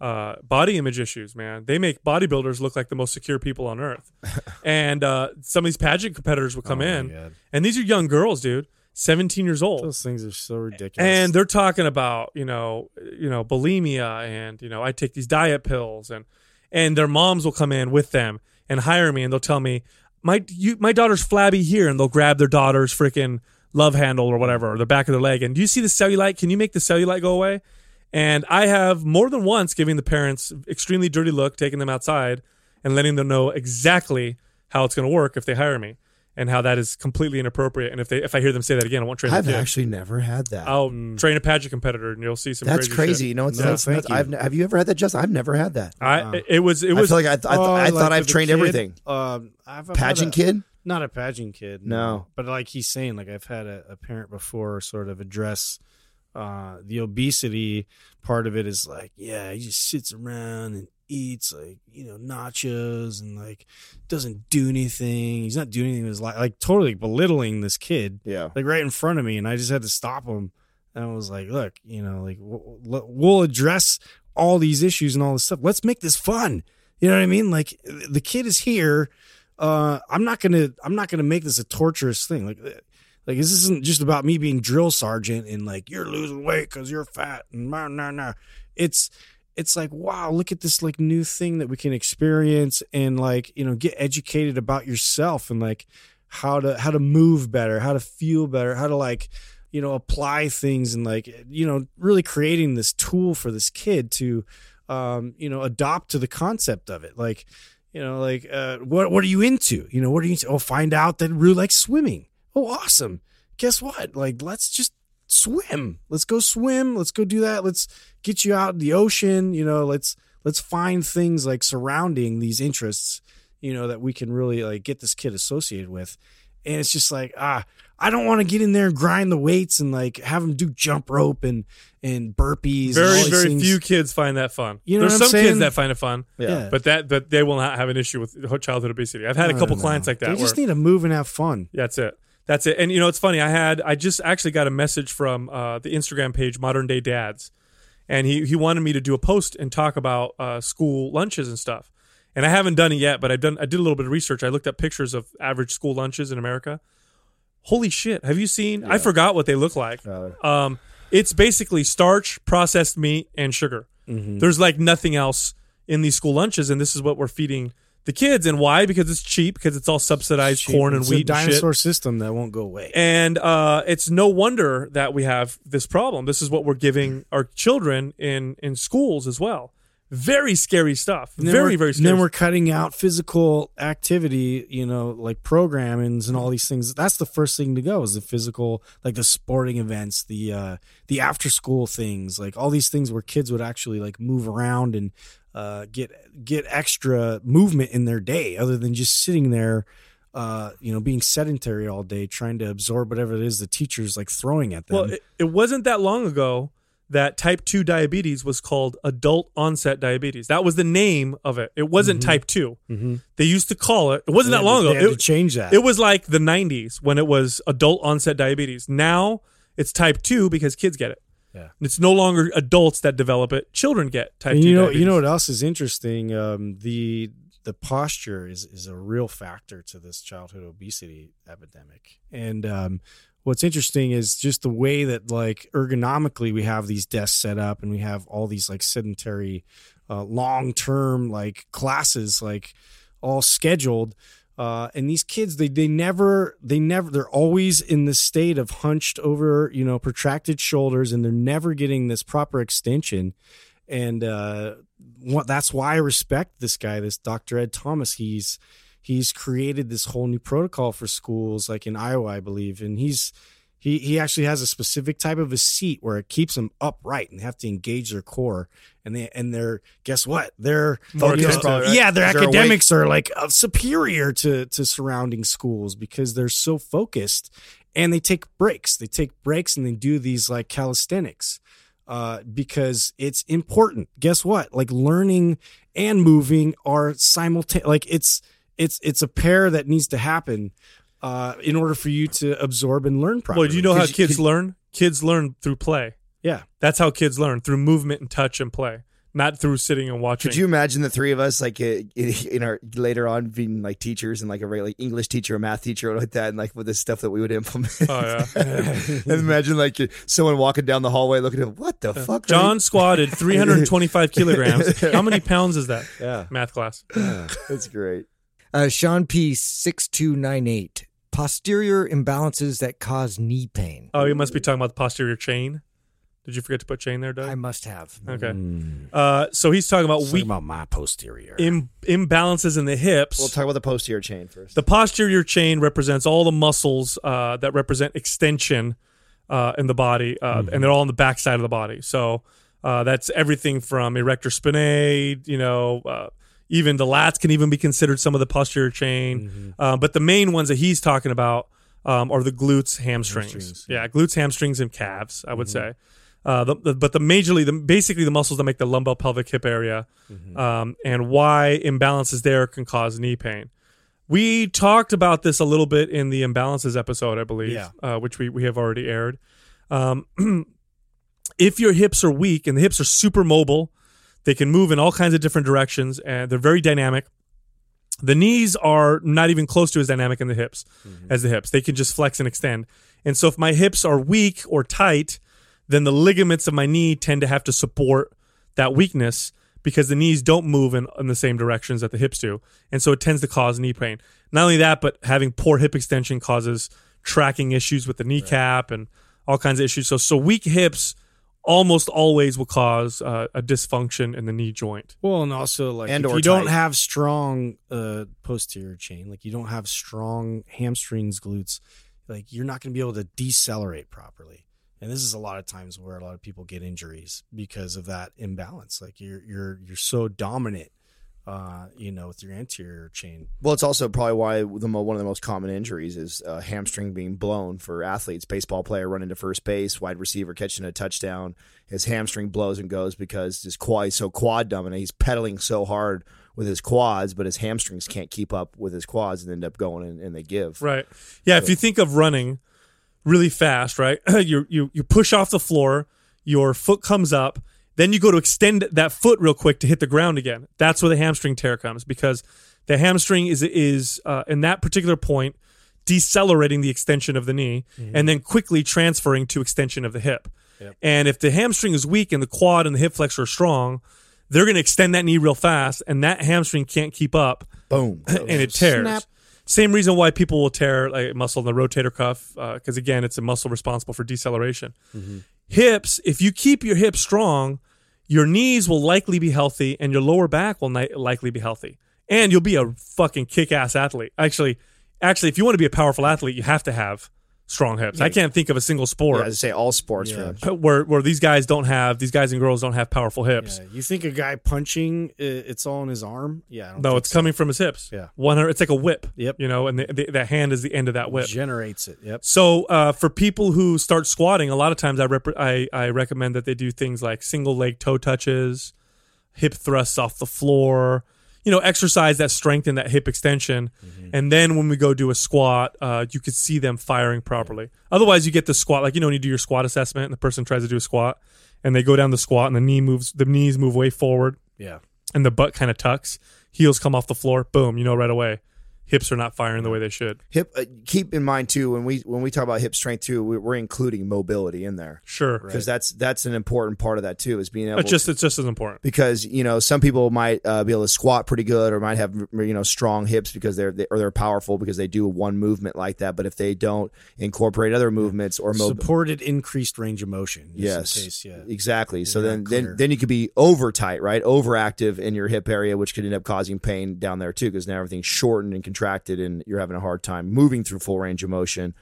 B: uh, body image issues, man? They make bodybuilders look like the most secure people on earth.
A: (laughs)
B: and uh, some of these pageant competitors will come
A: Oh my
B: in,
A: God.
B: and these are young girls, dude, seventeen years old
A: Those things are so ridiculous.
B: and they're talking about you know you know bulimia and you know I take these diet pills and and their moms will come in with them and hire me and they'll tell me my you my daughter's flabby here and they'll grab their daughter's freaking love handle or whatever or the back of their leg and do you see the cellulite can you make the cellulite go away and I have more than once giving the parents extremely dirty look taking them outside and letting them know exactly how it's going to work if they hire me and how that is completely inappropriate and if they if I hear them say that again I won't train
C: I've
B: them
C: actually never had that.
B: I'll Um, train a pageant competitor, and you'll see some.
C: that's
B: crazy.
C: crazy.
B: shit.
C: You know, it's,
A: No,
C: that's,
A: thank
C: that's- I've
A: you.
C: ne- have you ever had that, Justin? I've never had that.
B: I it was it was
C: I feel like I, th- I, th-
A: Oh,
C: I
A: like
C: thought I've
A: with a
C: trained
A: kid,
C: everything.
A: Um, I've I've
C: Pageant
A: had a-
C: kid?
A: Not a pageant kid.
C: No.
A: But like he's saying, like I've had a, a parent before sort of address uh, the obesity part of it is like, yeah, he just sits around and eats like, you know, nachos and like doesn't do anything. He's not doing anything with his life. Like totally belittling this kid
C: Yeah.
A: like right in front of me, and I just had to stop him. And I was like, "Look, you know, like we'll, we'll- we'll address all these issues and all this stuff. Let's make this fun." You know what I mean? Like the kid is here. Uh, I'm not gonna. I'm not gonna make this a torturous thing. Like, uh, like this isn't just about me being drill sergeant and like you're losing weight because you're fat and no, no, no. It's it's like wow look at this like new thing that we can experience and like you know get educated about yourself and like how to how to move better how to feel better how to like you know apply things and like you know really creating this tool for this kid to um you know adopt to the concept of it like you know like uh what what are you into you know what are you into? oh find out that I really like swimming oh awesome guess what like let's just swim let's go swim let's go do that let's get you out in the ocean you know let's let's find things like surrounding these interests you know that we can really like get this kid associated with and it's just like ah i don't want to get in there and grind the weights and like have him do jump rope and and burpees and all
B: very
A: these
B: very
A: things.
B: few kids find that fun.
A: You know
B: There's
A: what I'm
B: some
A: saying?
B: kids that find it fun,
A: Yeah.
B: but that but they will not have an issue with childhood obesity. I've had a
A: I
B: couple
A: don't
B: clients
A: know.
B: like that.
A: they just
B: where-
A: need to move and have fun
B: that's it. That's it. And you know, it's funny. I had I just actually got a message from uh, the Instagram page Modern Day Dads, and he he wanted me to do a post and talk about uh, school lunches and stuff. And I haven't done it yet, but I've done I did a little bit of research. I looked up pictures of average school lunches in America. Holy shit! Have you seen? I forgot what they look like.
A: Uh,
B: Um, it's basically starch, processed meat, and sugar.
A: Mm-hmm.
B: There's like nothing else in these school lunches, and this is what we're feeding the kids. And why? Because it's cheap. Because it's all subsidized corn and
A: it's
B: wheat.
A: a dinosaur
B: And, shit.
A: system that won't go away
B: and uh, it's no wonder that we have this problem. This is what we're giving our children in in schools as well. Very scary stuff.
A: And then
B: Very,
A: we're-
B: very
A: and
B: scary.
A: Then we're cutting out physical activity, you know, like programmings and all these things. That's the first thing to go is the physical, like the sporting events, the uh, the after school things, like all these things where kids would actually like move around and uh, get get extra movement in their day, other than just sitting there, uh, you know, being sedentary all day, trying to absorb whatever it is the teacher's like throwing at them.
B: Well, it, it wasn't that long ago that type 2 diabetes was called adult onset diabetes. That was the name of it. It wasn't type 2. They used to call it. It
A: Mm-hmm. They
B: wasn't that
A: had to-
B: long
A: they
B: ago.
A: had to
B: It-
A: change that.
B: It was like the 90s when it was adult onset diabetes. Now it's type 2 because kids get it.
A: Yeah.
B: It's no longer adults that develop it. Children get type
A: and
B: 2
A: you know,
B: diabetes.
A: you know what else is interesting? Um, the the posture is is a real factor to this childhood obesity epidemic. And um, what's interesting is just the way that like ergonomically we have these desks set up, and we have all these like sedentary, uh, long term like classes like all scheduled. Uh, and these kids, they they never, they never, they're always in this state of hunched over, you know, protracted shoulders, and they're never getting this proper extension and uh, what, that's why I respect this guy, this Dr. Ed Thomas. He's he's created this whole new protocol for schools, like in Iowa, I believe, and he's he he actually has a specific type of a seat where it keeps them upright and they have to engage their core, and they and they're guess what they're
C: More
A: you know,
C: academic, right?
A: yeah their
C: Is there a weight?
A: academics are like uh, superior to to surrounding schools because they're so focused and they take breaks. They take breaks and they do these like calisthenics uh, because it's important. Guess what? Like learning and moving are simultaneous. Like it's it's it's a pair that needs to happen uh, in order for you to absorb and learn properly.
B: well, do you know how
A: 'Cause
B: kids learn? Kids learn through play.
A: Yeah.
B: That's how kids learn through movement and touch and play, not through sitting and watching.
C: Could you imagine the three of us like i- i- (laughs) in our later on being like teachers and like a regular like, English teacher, a math teacher, or like that, and like with the stuff that we would implement?
B: Oh,
C: (laughs) and imagine like someone walking down the hallway looking at what the fuck, are
B: John squatted 325 kilograms. How many pounds is that?
A: Yeah.
B: Math class.
C: you-" (laughs) That's great.
D: Uh, Sean P. six two nine eight. Posterior imbalances that cause knee pain.
B: Oh, you must be talking about the posterior chain. Did you forget to put chain there,
D: I
B: Doug?
D: must have.
B: okay. Uh, so he's talking about
A: Talking
B: weak
A: about my posterior.
B: im- imbalances in the hips.
C: We'll talk about the posterior chain first.
B: the posterior chain represents all the muscles uh, that represent extension uh, in the body, uh, and they're all on the backside of the body. So uh, that's everything from erector spinae, you know, uh, even the lats can even be considered some of the posterior chain. Uh, but the main ones that he's talking about um, are the glutes, hamstrings. yeah. glutes, hamstrings, and calves. I would say. Uh, the, the, but the majorly, the basically the muscles that make the lumbar pelvic hip area, um, and why imbalances there can cause knee pain. We talked about this a little bit in the imbalances episode, I believe,
A: Yeah.
B: uh, which we, we have already aired. Um, (clears throat) if your hips are weak and the hips are super mobile, they can move in all kinds of different directions and they're very dynamic. The knees are not even close to as dynamic in the hips as the hips. They can just flex and extend. And so if my hips are weak or tight, then the ligaments of my knee tend to have to support that weakness because the knees don't move in, in the same directions that the hips do. And so it tends to cause knee pain. Not only that, but having poor hip extension causes tracking issues with the kneecap and all kinds of issues. So, so weak hips almost always will cause uh, a dysfunction in the knee joint.
A: Well, and also like
C: And
A: if
C: or
A: you don't
C: tight.
A: have strong uh, posterior chain, like you don't have strong hamstrings, glutes, like you're not going to be able to decelerate properly. And this is a lot of times where a lot of people get injuries because of that imbalance. Like you're you're you're so dominant, uh, you know, with your anterior chain.
C: Well, it's also probably why the mo- one of the most common injuries is uh, hamstring being blown for athletes. Baseball player running to first base, wide receiver catching a touchdown, his hamstring blows and goes because his quad he's so quad dominant. He's pedaling so hard with his quads, but his hamstrings can't keep up with his quads and end up going and, and they give.
B: Right. Yeah. If you think of running really fast, right? (clears throat) you you you push off the floor, your foot comes up, then you go to extend that foot real quick to hit the ground again. That's where the hamstring tear comes because the hamstring is is uh, in that particular point decelerating the extension of the knee and then quickly transferring to extension of the hip. And if the hamstring is weak and the quad and the hip flexor are strong, they're going to extend that knee real fast and that hamstring can't keep up
C: Boom.
B: and it tears. Same reason why people will tear like a muscle in the rotator cuff, uh, because
A: Mm-hmm.
B: again, it's a muscle responsible for deceleration. Hips, if you keep your hips strong, your knees will likely be healthy and your lower back will ni- likely be healthy. And you'll be a fucking kick-ass athlete. Actually, actually, if you want to be a powerful athlete, you have to have strong hips. I can't think of a single sport
C: As I say, all sports. really.
B: where where these guys don't have these guys and girls don't have powerful hips.
A: Yeah, you think a guy punching, uh, it's all in his arm? Yeah. I don't
B: No,
A: think
B: it's coming from his hips.
A: Yeah.
B: one hundred. It's like a whip.
A: Yep.
B: You know, and the, the, the hand is the end of that whip.
A: generates it. Yep.
B: So uh, for people who start squatting, a lot of times I, rep- I I recommend that they do things like single leg toe touches, hip thrusts off the floor. You know, exercise that strengthen that hip extension, and then when we go do a squat, uh, you could see them firing properly. Otherwise, you get the squat like you know when you do your squat assessment, and the person tries to do a squat, and they go down the squat, and the knee moves, the knees move way forward,
A: Yeah.
B: and the butt kind of tucks, heels come off the floor, boom, you know right away, hips are not firing the way they should.
C: Hip. Uh, keep in mind too when we when we talk about hip strength too, we, we're including mobility in there
B: Sure,
C: because that's that's an important part of that too is being able
B: it's just it's just as important.
C: because you know some people might uh, be able to squat pretty good or might have you know strong hips because they're they, or they're powerful because they do one movement like that but if they don't incorporate other movements or mo-
A: Supported increased range of motion. just in
C: yes
A: case, yeah.
C: exactly so
A: They're
C: then,
A: not
C: then
A: clear.
C: then you could be over tight right overactive in your hip area which could end up causing pain down there too because now everything's shortened and contracted and you're having a hard time moving through full range of motion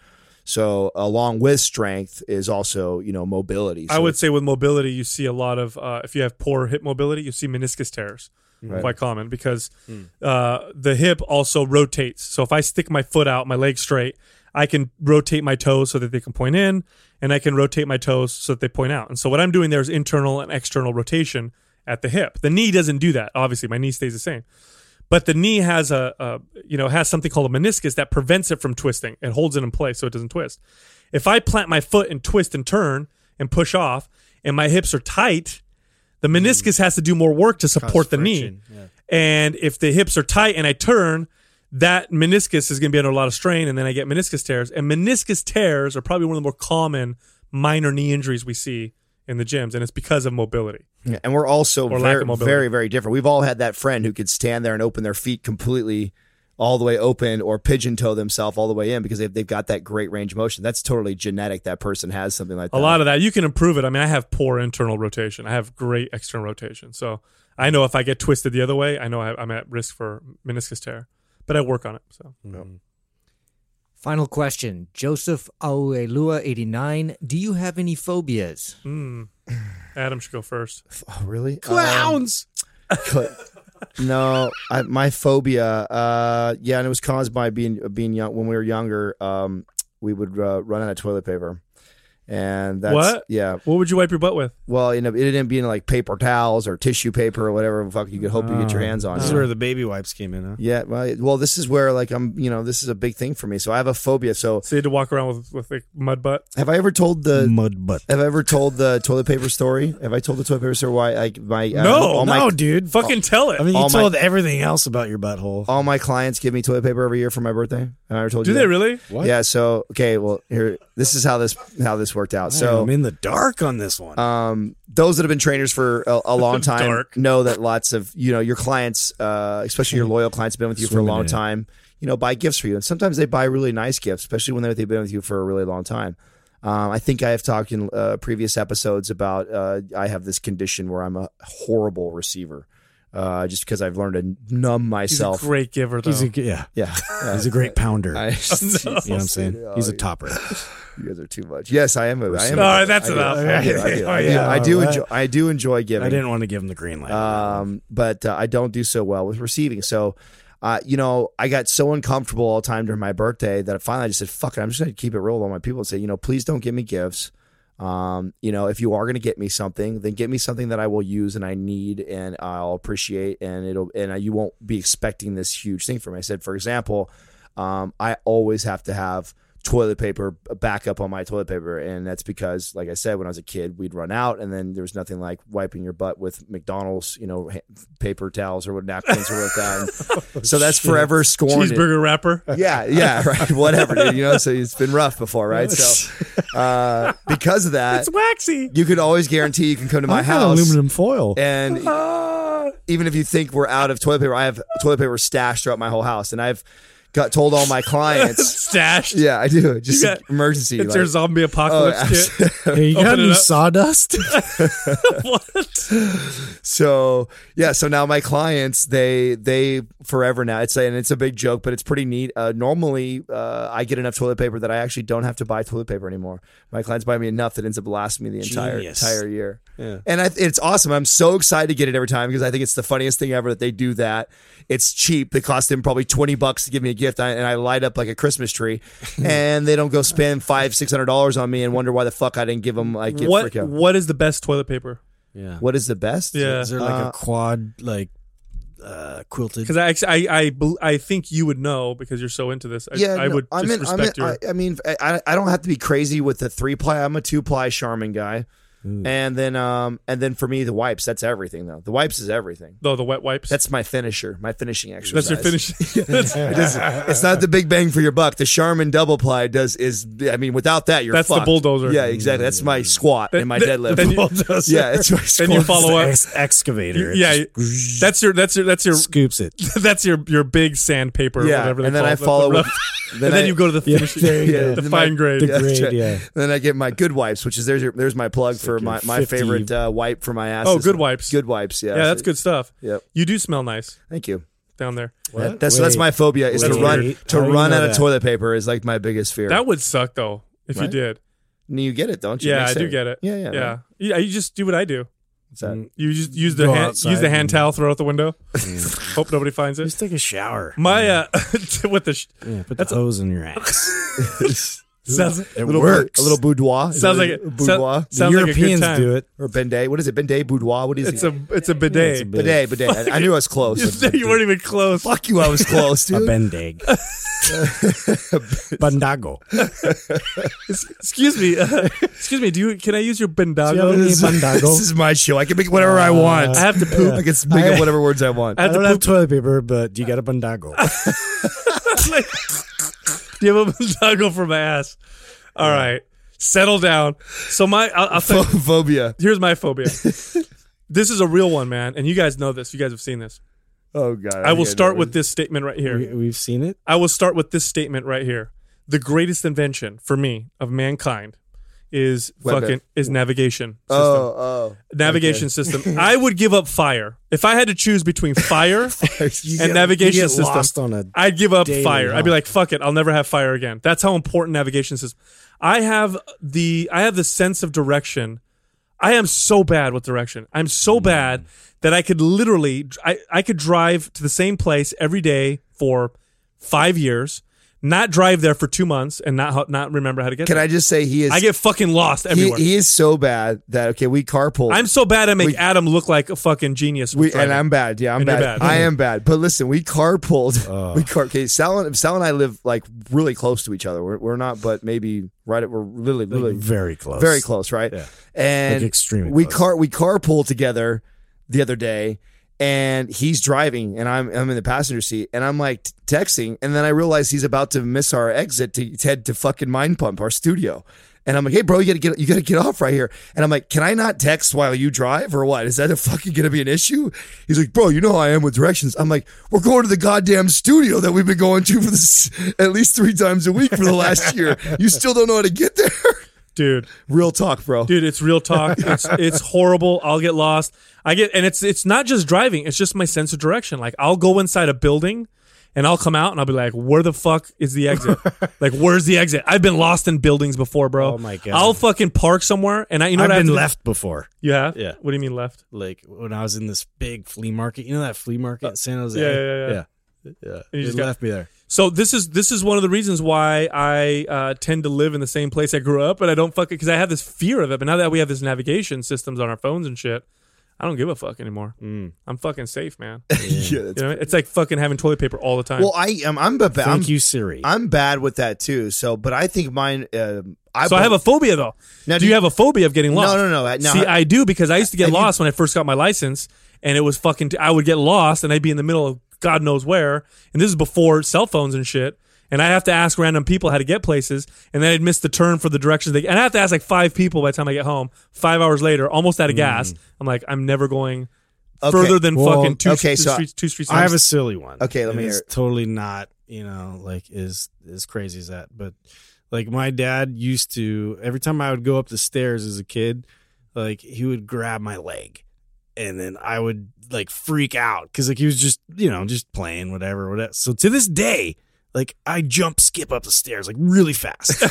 C: so along with strength is also you know mobility so
B: I would say with mobility, you see a lot of uh, if you have poor hip mobility, you see meniscus tears quite common because uh, the hip also rotates. So if I stick my foot out, my leg straight, I can rotate my toes so that they can point in, and I can rotate my toes so that they point out. And so what I'm doing there is internal and external rotation at the hip. The knee doesn't do that. Obviously, my knee stays the same but the knee has a, a you know has something called a meniscus that prevents it from twisting it holds it in place so it doesn't twist if i plant my foot and twist and turn and push off and my hips are tight the meniscus has to do more work to support the knee
A: friction, yeah.
B: and if the hips are tight and i turn that meniscus is going to be under a lot of strain and then i get meniscus tears and meniscus tears are probably one of the more common minor knee injuries we see in the gyms and it's because of mobility
C: Yeah, and we're also
B: Or lack
C: very,
B: of mobility.
C: very, very different. We've all had that friend who could stand there and open their feet completely all the way open or pigeon toe themselves all the way in because they've, they've got that great range of motion. That's totally genetic. That person has something like that.
B: a lot of that you can improve it i mean i have poor internal rotation i have great external rotation so i know if i get twisted the other way i know I, i'm at risk for meniscus tear but i work on it so
D: Final question. Joseph Auelua 89, do you have any phobias?
B: adam should go first
C: Oh, (laughs) really?
A: Clowns.
C: Cl- no, I, my phobia. Uh, yeah, and it was caused by being being young. When we were younger, um, we would uh, run out of toilet paper, and that's
B: What?
C: yeah.
B: what would you wipe your butt with
C: Well, you know, it ended up being like paper towels or tissue paper or whatever. the Fuck, you could hope you
B: Ah.
C: get your hands on.
A: this is
C: it.
A: where the baby wipes came in, huh?
C: Yeah, well, well, this is where like I'm, you know, this is a big thing for me. So I have a phobia. So
B: so you had to walk around with with a mud butt
C: have I ever told the
A: Mud butt.
C: have I ever told the toilet paper story? Have I told the toilet paper story why like my uh,
B: No,
C: all my
A: no, dude.
B: fucking tell it
A: I mean, you
C: all my-
A: told everything else about your butthole.
C: all my clients give me toilet paper every year for my birthday? Have I ever told
B: do
C: you?
B: they
C: that?
B: really
A: What?
C: Yeah. So okay, well here this is how this how this worked out. So
A: I'm in the dark on this one.
C: um, those that have been trainers for a,
A: (laughs)
C: a long time
B: Dark.
C: know that lots of you know your clients, uh, especially your loyal clients, have been with you for a
A: Swimming
C: long
A: in it.
C: time. You know, buy gifts for you, and sometimes they buy really nice gifts, especially when they- they've been with you for a really long time. Um, I think I have talked in uh, previous episodes about uh, I have this condition where I'm a horrible receiver, uh, just because I've learned to numb
B: he's a
C: myself.
B: great giver though
A: he's a yeah. (laughs)
C: yeah, Uh,
A: He's a great pounder.
C: Um, I-
A: (laughs) you know what I'm saying? He's a topper.
C: you guys are too much. Yes, I am. A, I am a-
B: all right that's
C: I do-
B: enough
C: I do. I do. I do.
A: Yeah,
C: I
A: (laughs)
C: do
A: all right.
C: enjoy. I do enjoy giving.
A: I didn't want to give him the green light.
C: um, but uh, I don't do so well with receiving. So, uh, you know, I got so uncomfortable all the time during my birthday that finally I just said, "Fuck it, I'm just going to keep it real with all my people and say, you know, please don't give me gifts. Um, you know, if you are going to get me something, then get me something that I will use and I need and I'll appreciate and it'll and uh, you won't be expecting this huge thing from me. I said, for example, um, I always have to have toilet paper backup on my toilet paper and that's because like i said when i was a kid we'd run out and then there was nothing like wiping your butt with mcdonald's you know ha- paper towels or what napkins or what that And so that's forever scorned
B: cheeseburger wrapper
C: (laughs) yeah yeah right whatever dude, you know so it's been rough before right so uh, because of that
B: it's waxy
C: you could always guarantee you can come to my
A: I had
C: house
A: aluminum foil.
C: and even if you think we're out of toilet paper, I have toilet paper stashed throughout my whole house, and I've got told all my clients.
B: Stashed.
C: yeah, I do. Just
B: got-
C: emergency.
B: It's
C: like-
B: your zombie apocalypse kit.
A: Hey, you
B: Open
A: got
B: it
A: any
B: up. (laughs)
A: sawdust?
B: what?
C: so yeah, so now my clients they they forever now. It's and it's a big joke, but it's pretty neat. Uh, normally, uh, I get enough toilet paper that I actually don't have to buy toilet paper anymore. My clients buy me enough that ends up lasting me the entire
G: Genius.
C: entire year. And I, it's awesome. I'm so excited to get it every time because I think it's the funniest thing ever that they do that. It's cheap. They cost them probably twenty bucks to give me a gift, I, and I light up like a
B: (laughs)
C: Christmas tree. and they don't go spend five six hundred dollars on me and wonder why the fuck I didn't give them like gift
B: What?
C: for-
B: What is the best toilet paper?
C: What is the best?
B: Yeah,
A: Is there like a quad, like uh, quilted?
B: because I, actually- I I bel- I think you would know because you're so into this. I, I
C: no,
B: would just
C: I'm in, I'm in-
B: respect your.
C: I, I mean, I- I, I don't have to be crazy with the three ply. I'm a two ply Charmin guy, and then um and then for me the wipes. That's everything though. The wipes is everything.
B: no, the wet wipes.
C: That's my finisher. My finishing exercise.
B: that's your finish. that's,
C: It is- it's not the big bang for your buck. The Charmin double ply does is. I mean, without that, you're
B: That's the
C: fucked.
B: bulldozer.
C: Yeah, exactly. That's my squat and my
B: Then-
C: deadlift. (laughs)
B: then you-
C: yeah, it's my squat.
B: then you follow up.
A: Ex- (laughs) excavator. It
B: Yeah,
A: just
B: that's your that's your that's your
A: scoops it.
B: that's your your big sandpaper.
C: Yeah,
B: or whatever they
C: and then
B: call
C: I
B: it, the-
C: follow
B: the
C: with-
B: rough- (laughs)
C: then
B: and
C: I-
B: then you go to the
C: (laughs)
A: Yeah,
B: finish.
A: there you go.
B: (laughs) the
C: Then
B: fine
C: my-
B: grade.
A: The
C: Yeah, that's
A: grade,
C: right.
A: yeah.
C: Then I get my good wipes, which is there's your, there's my plug for my,
A: your
C: my
A: 50
C: favorite uh, wipe for my ass.
B: Oh,
C: is
B: Good Wipes.
C: Good wipes. Yeah,
B: Yeah, that's good stuff.
C: Yep.
B: You do smell nice
C: Thank you.
B: down there.
C: That- that's that's
A: Wait.
C: my phobia is to
A: Wait.
C: run to
A: How do you
C: run
A: know
C: out of
A: that?
C: toilet paper is like my biggest fear.
B: That would suck though if you
C: Right?
B: did.
C: you get it, don't you?
B: yeah,
C: Next
B: I do
C: time.
B: get it.
C: Yeah, yeah,
B: yeah.
C: right.
B: Yeah, you just do what I do.
C: What's that?
A: Mm,
B: You just use the
A: Go
B: hand,
A: outside
B: use the hand
A: and-
B: towel, throw it out the
C: (laughs)
B: window.
C: Mm.
B: Hope nobody finds it.
A: Just take a shower.
B: My uh, (laughs) with the sh-
A: Yeah, put the hose in your ass.
C: (laughs)
B: sounds
A: It
C: little,
A: works.
C: A little boudoir. Is
B: sounds
C: it
B: like
C: a
B: it
C: boudoir
B: so- sounds like a good
A: Europeans
B: time.
A: do it.
C: or bendet. What is it? Bendet boudoir. What is
B: It's
C: it?
B: a it's a bidet.
A: It's a bit-
C: bidet. Bidet. I, I knew I was
B: You
C: close.
B: said (laughs) you weren't even close.
C: Fuck you, I was close,
A: A
C: dude.
A: bendig. Bandago.
B: Excuse me, uh, (laughs) excuse me. Do you can I use your
A: have any
B: bendago?
C: (laughs) This
A: Bandago.
C: is- (laughs) this is my show. I can make whatever I want.
B: Uh, I have to poop.
C: (laughs) I can make up whatever words I want.
A: I
B: I have to
A: don't have
B: poop.
A: toilet paper, but you got a bandago.
B: like, (laughs) do you have a bendago for my ass? All right, settle down. So my I'll,
A: (laughs)
B: I'll tell-
C: Phobia.
B: here's my phobia. this is a real one, man, and you guys know this. You guys have seen this.
C: Oh god.
B: I will
C: Okay,
B: start
C: no.
B: with this statement right here.
A: we, we've seen it.
B: I will start with this statement right here. The greatest invention for me of mankind is
C: Weather.
B: fucking is navigation system.
C: Oh,
A: (laughs)
B: navigation system. I would give up fire if I had to choose between fire
C: oh.
B: and
A: get-
B: navigation
A: you get
B: system.
A: lost on a
B: I'd give up
A: daily,
B: fire. I'd be
A: huh?
B: like, fuck it, I'll never have fire again. That's how important navigation system. I have the I have the sense of direction. I am so bad with direction. I'm so
C: Mm.
B: bad that I could literally I, I could drive to the same place every day for five years, not drive there for two months and not ho- not remember how to get
C: Can
B: there.
C: I just say he is?
B: I get fucking lost
C: he,
B: everywhere.
C: he is so bad that okay, we carpool.
B: I'm so bad I make
C: We-
B: Adam look like a fucking genius. with
C: We, and
B: driving.
C: I'm bad. Yeah, I'm
B: And you're
C: bad.
B: bad.
C: I am bad. But listen, we carpooled. (laughs) we car. Okay, Sal and Sal and I live like really close to each other. We're, we're not, but maybe right. At, we're literally, literally
A: very close.
C: very close, right?
A: Yeah.
C: And
A: Like, extremely
C: We
A: close.
C: car we carpool together the other day, and he's driving, and I'm I'm in the passenger seat, and I'm like t- texting, and then I realize he's about to miss our exit to to head to fucking Mind Pump, our studio. And I'm like, hey, bro, you gotta get you gotta get off right here. And I'm like, can I not text while you drive or what? Is that a fucking gonna be an issue? He's like, bro, you know how I am with directions. I'm like, we're going to the goddamn studio that we've been going to for this at least three times a week for the last year. You still don't know how to get there. (laughs)
B: dude.
C: Real talk, bro.
B: dude it's
A: (laughs)
B: real talk it's it's horrible i'll get lost i get and it's it's not just driving it's just my sense of direction like i'll go inside a building and i'll come out and i'll be like where the fuck is
A: (laughs)
B: the exit like where's the exit i've been lost in buildings before bro
A: Oh my God.
B: i'll fucking park somewhere and i you know what
A: I've
B: I have
A: been
B: to do?
A: left before.
B: you have
A: Yeah.
B: what do you mean left
A: Like when I was in this big flea market, you know that flea market in San Jose.
B: yeah, yeah,
A: yeah. yeah.
B: you
A: They
B: just got-
A: left me there.
B: so this is this is one of the reasons why i uh, tend to live in the same place i grew up and i don't fucking because i have this fear of it but now that we have this navigation systems on our phones and shit i don't give a fuck anymore
A: Mm.
B: i'm fucking safe man
C: (laughs) Yeah, that's-
B: You know, it's like fucking having toilet paper all the time.
C: Well, I am. I'm ba-
A: Thank
C: I'm,
A: you, Siri.
C: I'm bad with that too. So, but I think mine. Um, I
B: so I have a phobia though.
C: Now,
B: do you have a phobia of getting lost?
C: no, no, no, no.
B: See, I do because I used to get
C: Have you-
B: lost when I first got my license, and it was fucking. T- I would get lost, and I'd be in the middle of God knows where. And this is before cell phones and shit. And I have to ask random people how to get places, and then I'd miss the turn for the directions. They, and I have to ask like five people by the time I get home. Five hours later, almost out of gas, I'm like, I'm never going
C: Mm. Okay.
B: further than
A: Well,
B: fucking two,
C: okay,
B: two
C: so
B: streets. Two streets.
A: I have a silly one.
C: Okay, let
A: and
C: me
A: It's
C: hear
A: totally not you know, like is as crazy as that. But like my dad used to every time I would go up the stairs as a kid, like he would grab my leg and then I would like freak out cuz like he was just, you know, just playing whatever whatever. So to this day, like I jump skip up the stairs like really
C: (laughs)
A: fast.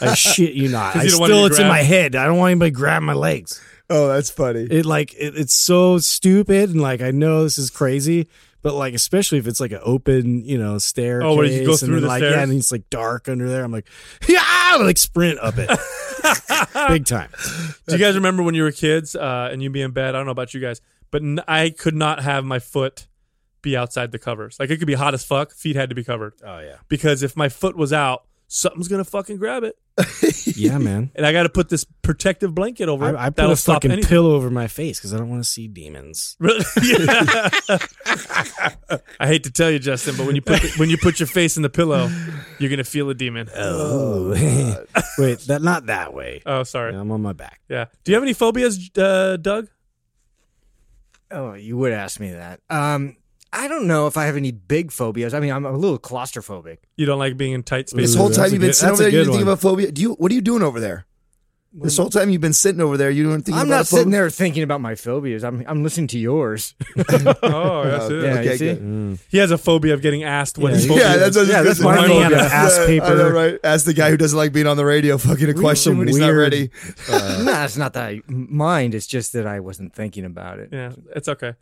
A: like shit, you not.
B: (laughs) 'Cause
A: I
B: you don't want
A: still
B: to
A: it's in
B: grab-
A: my head. I don't want anybody to grab my legs.
C: Oh, that's funny.
A: It like it, it's so stupid, and like I know this is crazy, but like especially if it's like an open, Oh, you know, staircase.
B: where you go
A: and
B: through
A: then,
B: the
A: like,
B: stairs?
A: Yeah, and it's like dark under there. I'm like, (laughs) yeah, I'll, like sprint up (laughs) it, big time.
B: Do you guys remember when you were kids uh, and you'd be in bed? I don't know about you guys, but n- I could not have my foot be outside the covers. Like it could be hot as fuck. Feet had to be covered
A: Oh yeah,
B: because if my foot was out, something's gonna fucking grab it,
A: yeah, (laughs) man.
B: and I got to put this protective blanket over it.
A: I, I put
B: that'll
A: a
B: stop
A: fucking
B: anything.
A: pillow over my face because I don't want to see demons.
B: Really? (laughs) Yeah.
A: (laughs)
B: I hate to tell you, Justin, but when you put the, when you put your face in the pillow, you're gonna feel a demon.
A: Oh, wait, that not that (laughs) way.
B: Oh, sorry.
A: I'm on my back.
B: Yeah. Do you have any phobias, uh, Doug?
D: Oh, you would ask me that. Um, I don't know if I have any big phobias. I mean, I'm a little claustrophobic.
B: You don't like being in tight
C: This
B: spaces.
C: whole
A: that's
C: time
A: a
C: you've been
A: good-
C: sitting
A: that's
C: over
A: a
C: there, you
A: good
C: didn't think
A: one.
C: about phobia. Do you? What are you doing over there? This whole time you've been sitting over there, you don't think
D: I'm
C: about
D: not
C: phobia?
D: sitting there thinking about my phobias. I'm I'm listening
C: (laughs)
D: to yours.
B: oh, that's it.
D: Yeah,
C: Okay,
D: you see?
C: good.
B: He has a phobia of getting asked what his phobia
C: Mm-hmm. Yeah,
B: is.
C: that's what
A: Yeah, that's
C: my
A: my
B: phobia.
A: Ass
C: I
A: paper.
C: know, right? Ask the guy who doesn't like being on the radio fucking a question when he's not
A: weird-
D: (laughs)
C: ready. (laughs)
D: no, it's not that I mind. It's just that I wasn't thinking about it.
B: Yeah, it's okay.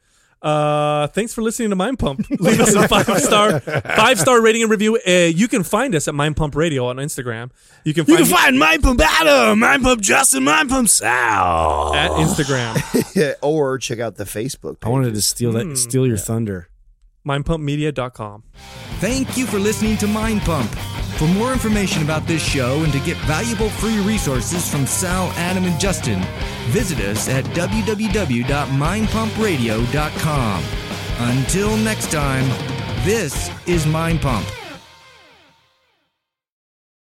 B: Uh, thanks for listening to Mind Pump. Leave us a five
A: (laughs)
B: star five star rating and review. Uh, you can find us at Mind Pump Radio on Instagram. You can
A: You
B: find,
A: can find Mind Pump Adam, Mind Pump Justin, Mind Pump Sal. (laughs)
B: at Instagram
C: Yeah, or check out the Facebook
A: I
C: page.
A: wanted to steal that, steal your thunder.
B: mindpumpmedia.com.
E: Thank you for listening to Mind Pump. For more information about this show and to get valuable free resources from Sal, Adam, and Justin, visit us at www.mindpumpradio.com. Until next time, this is Mind Pump.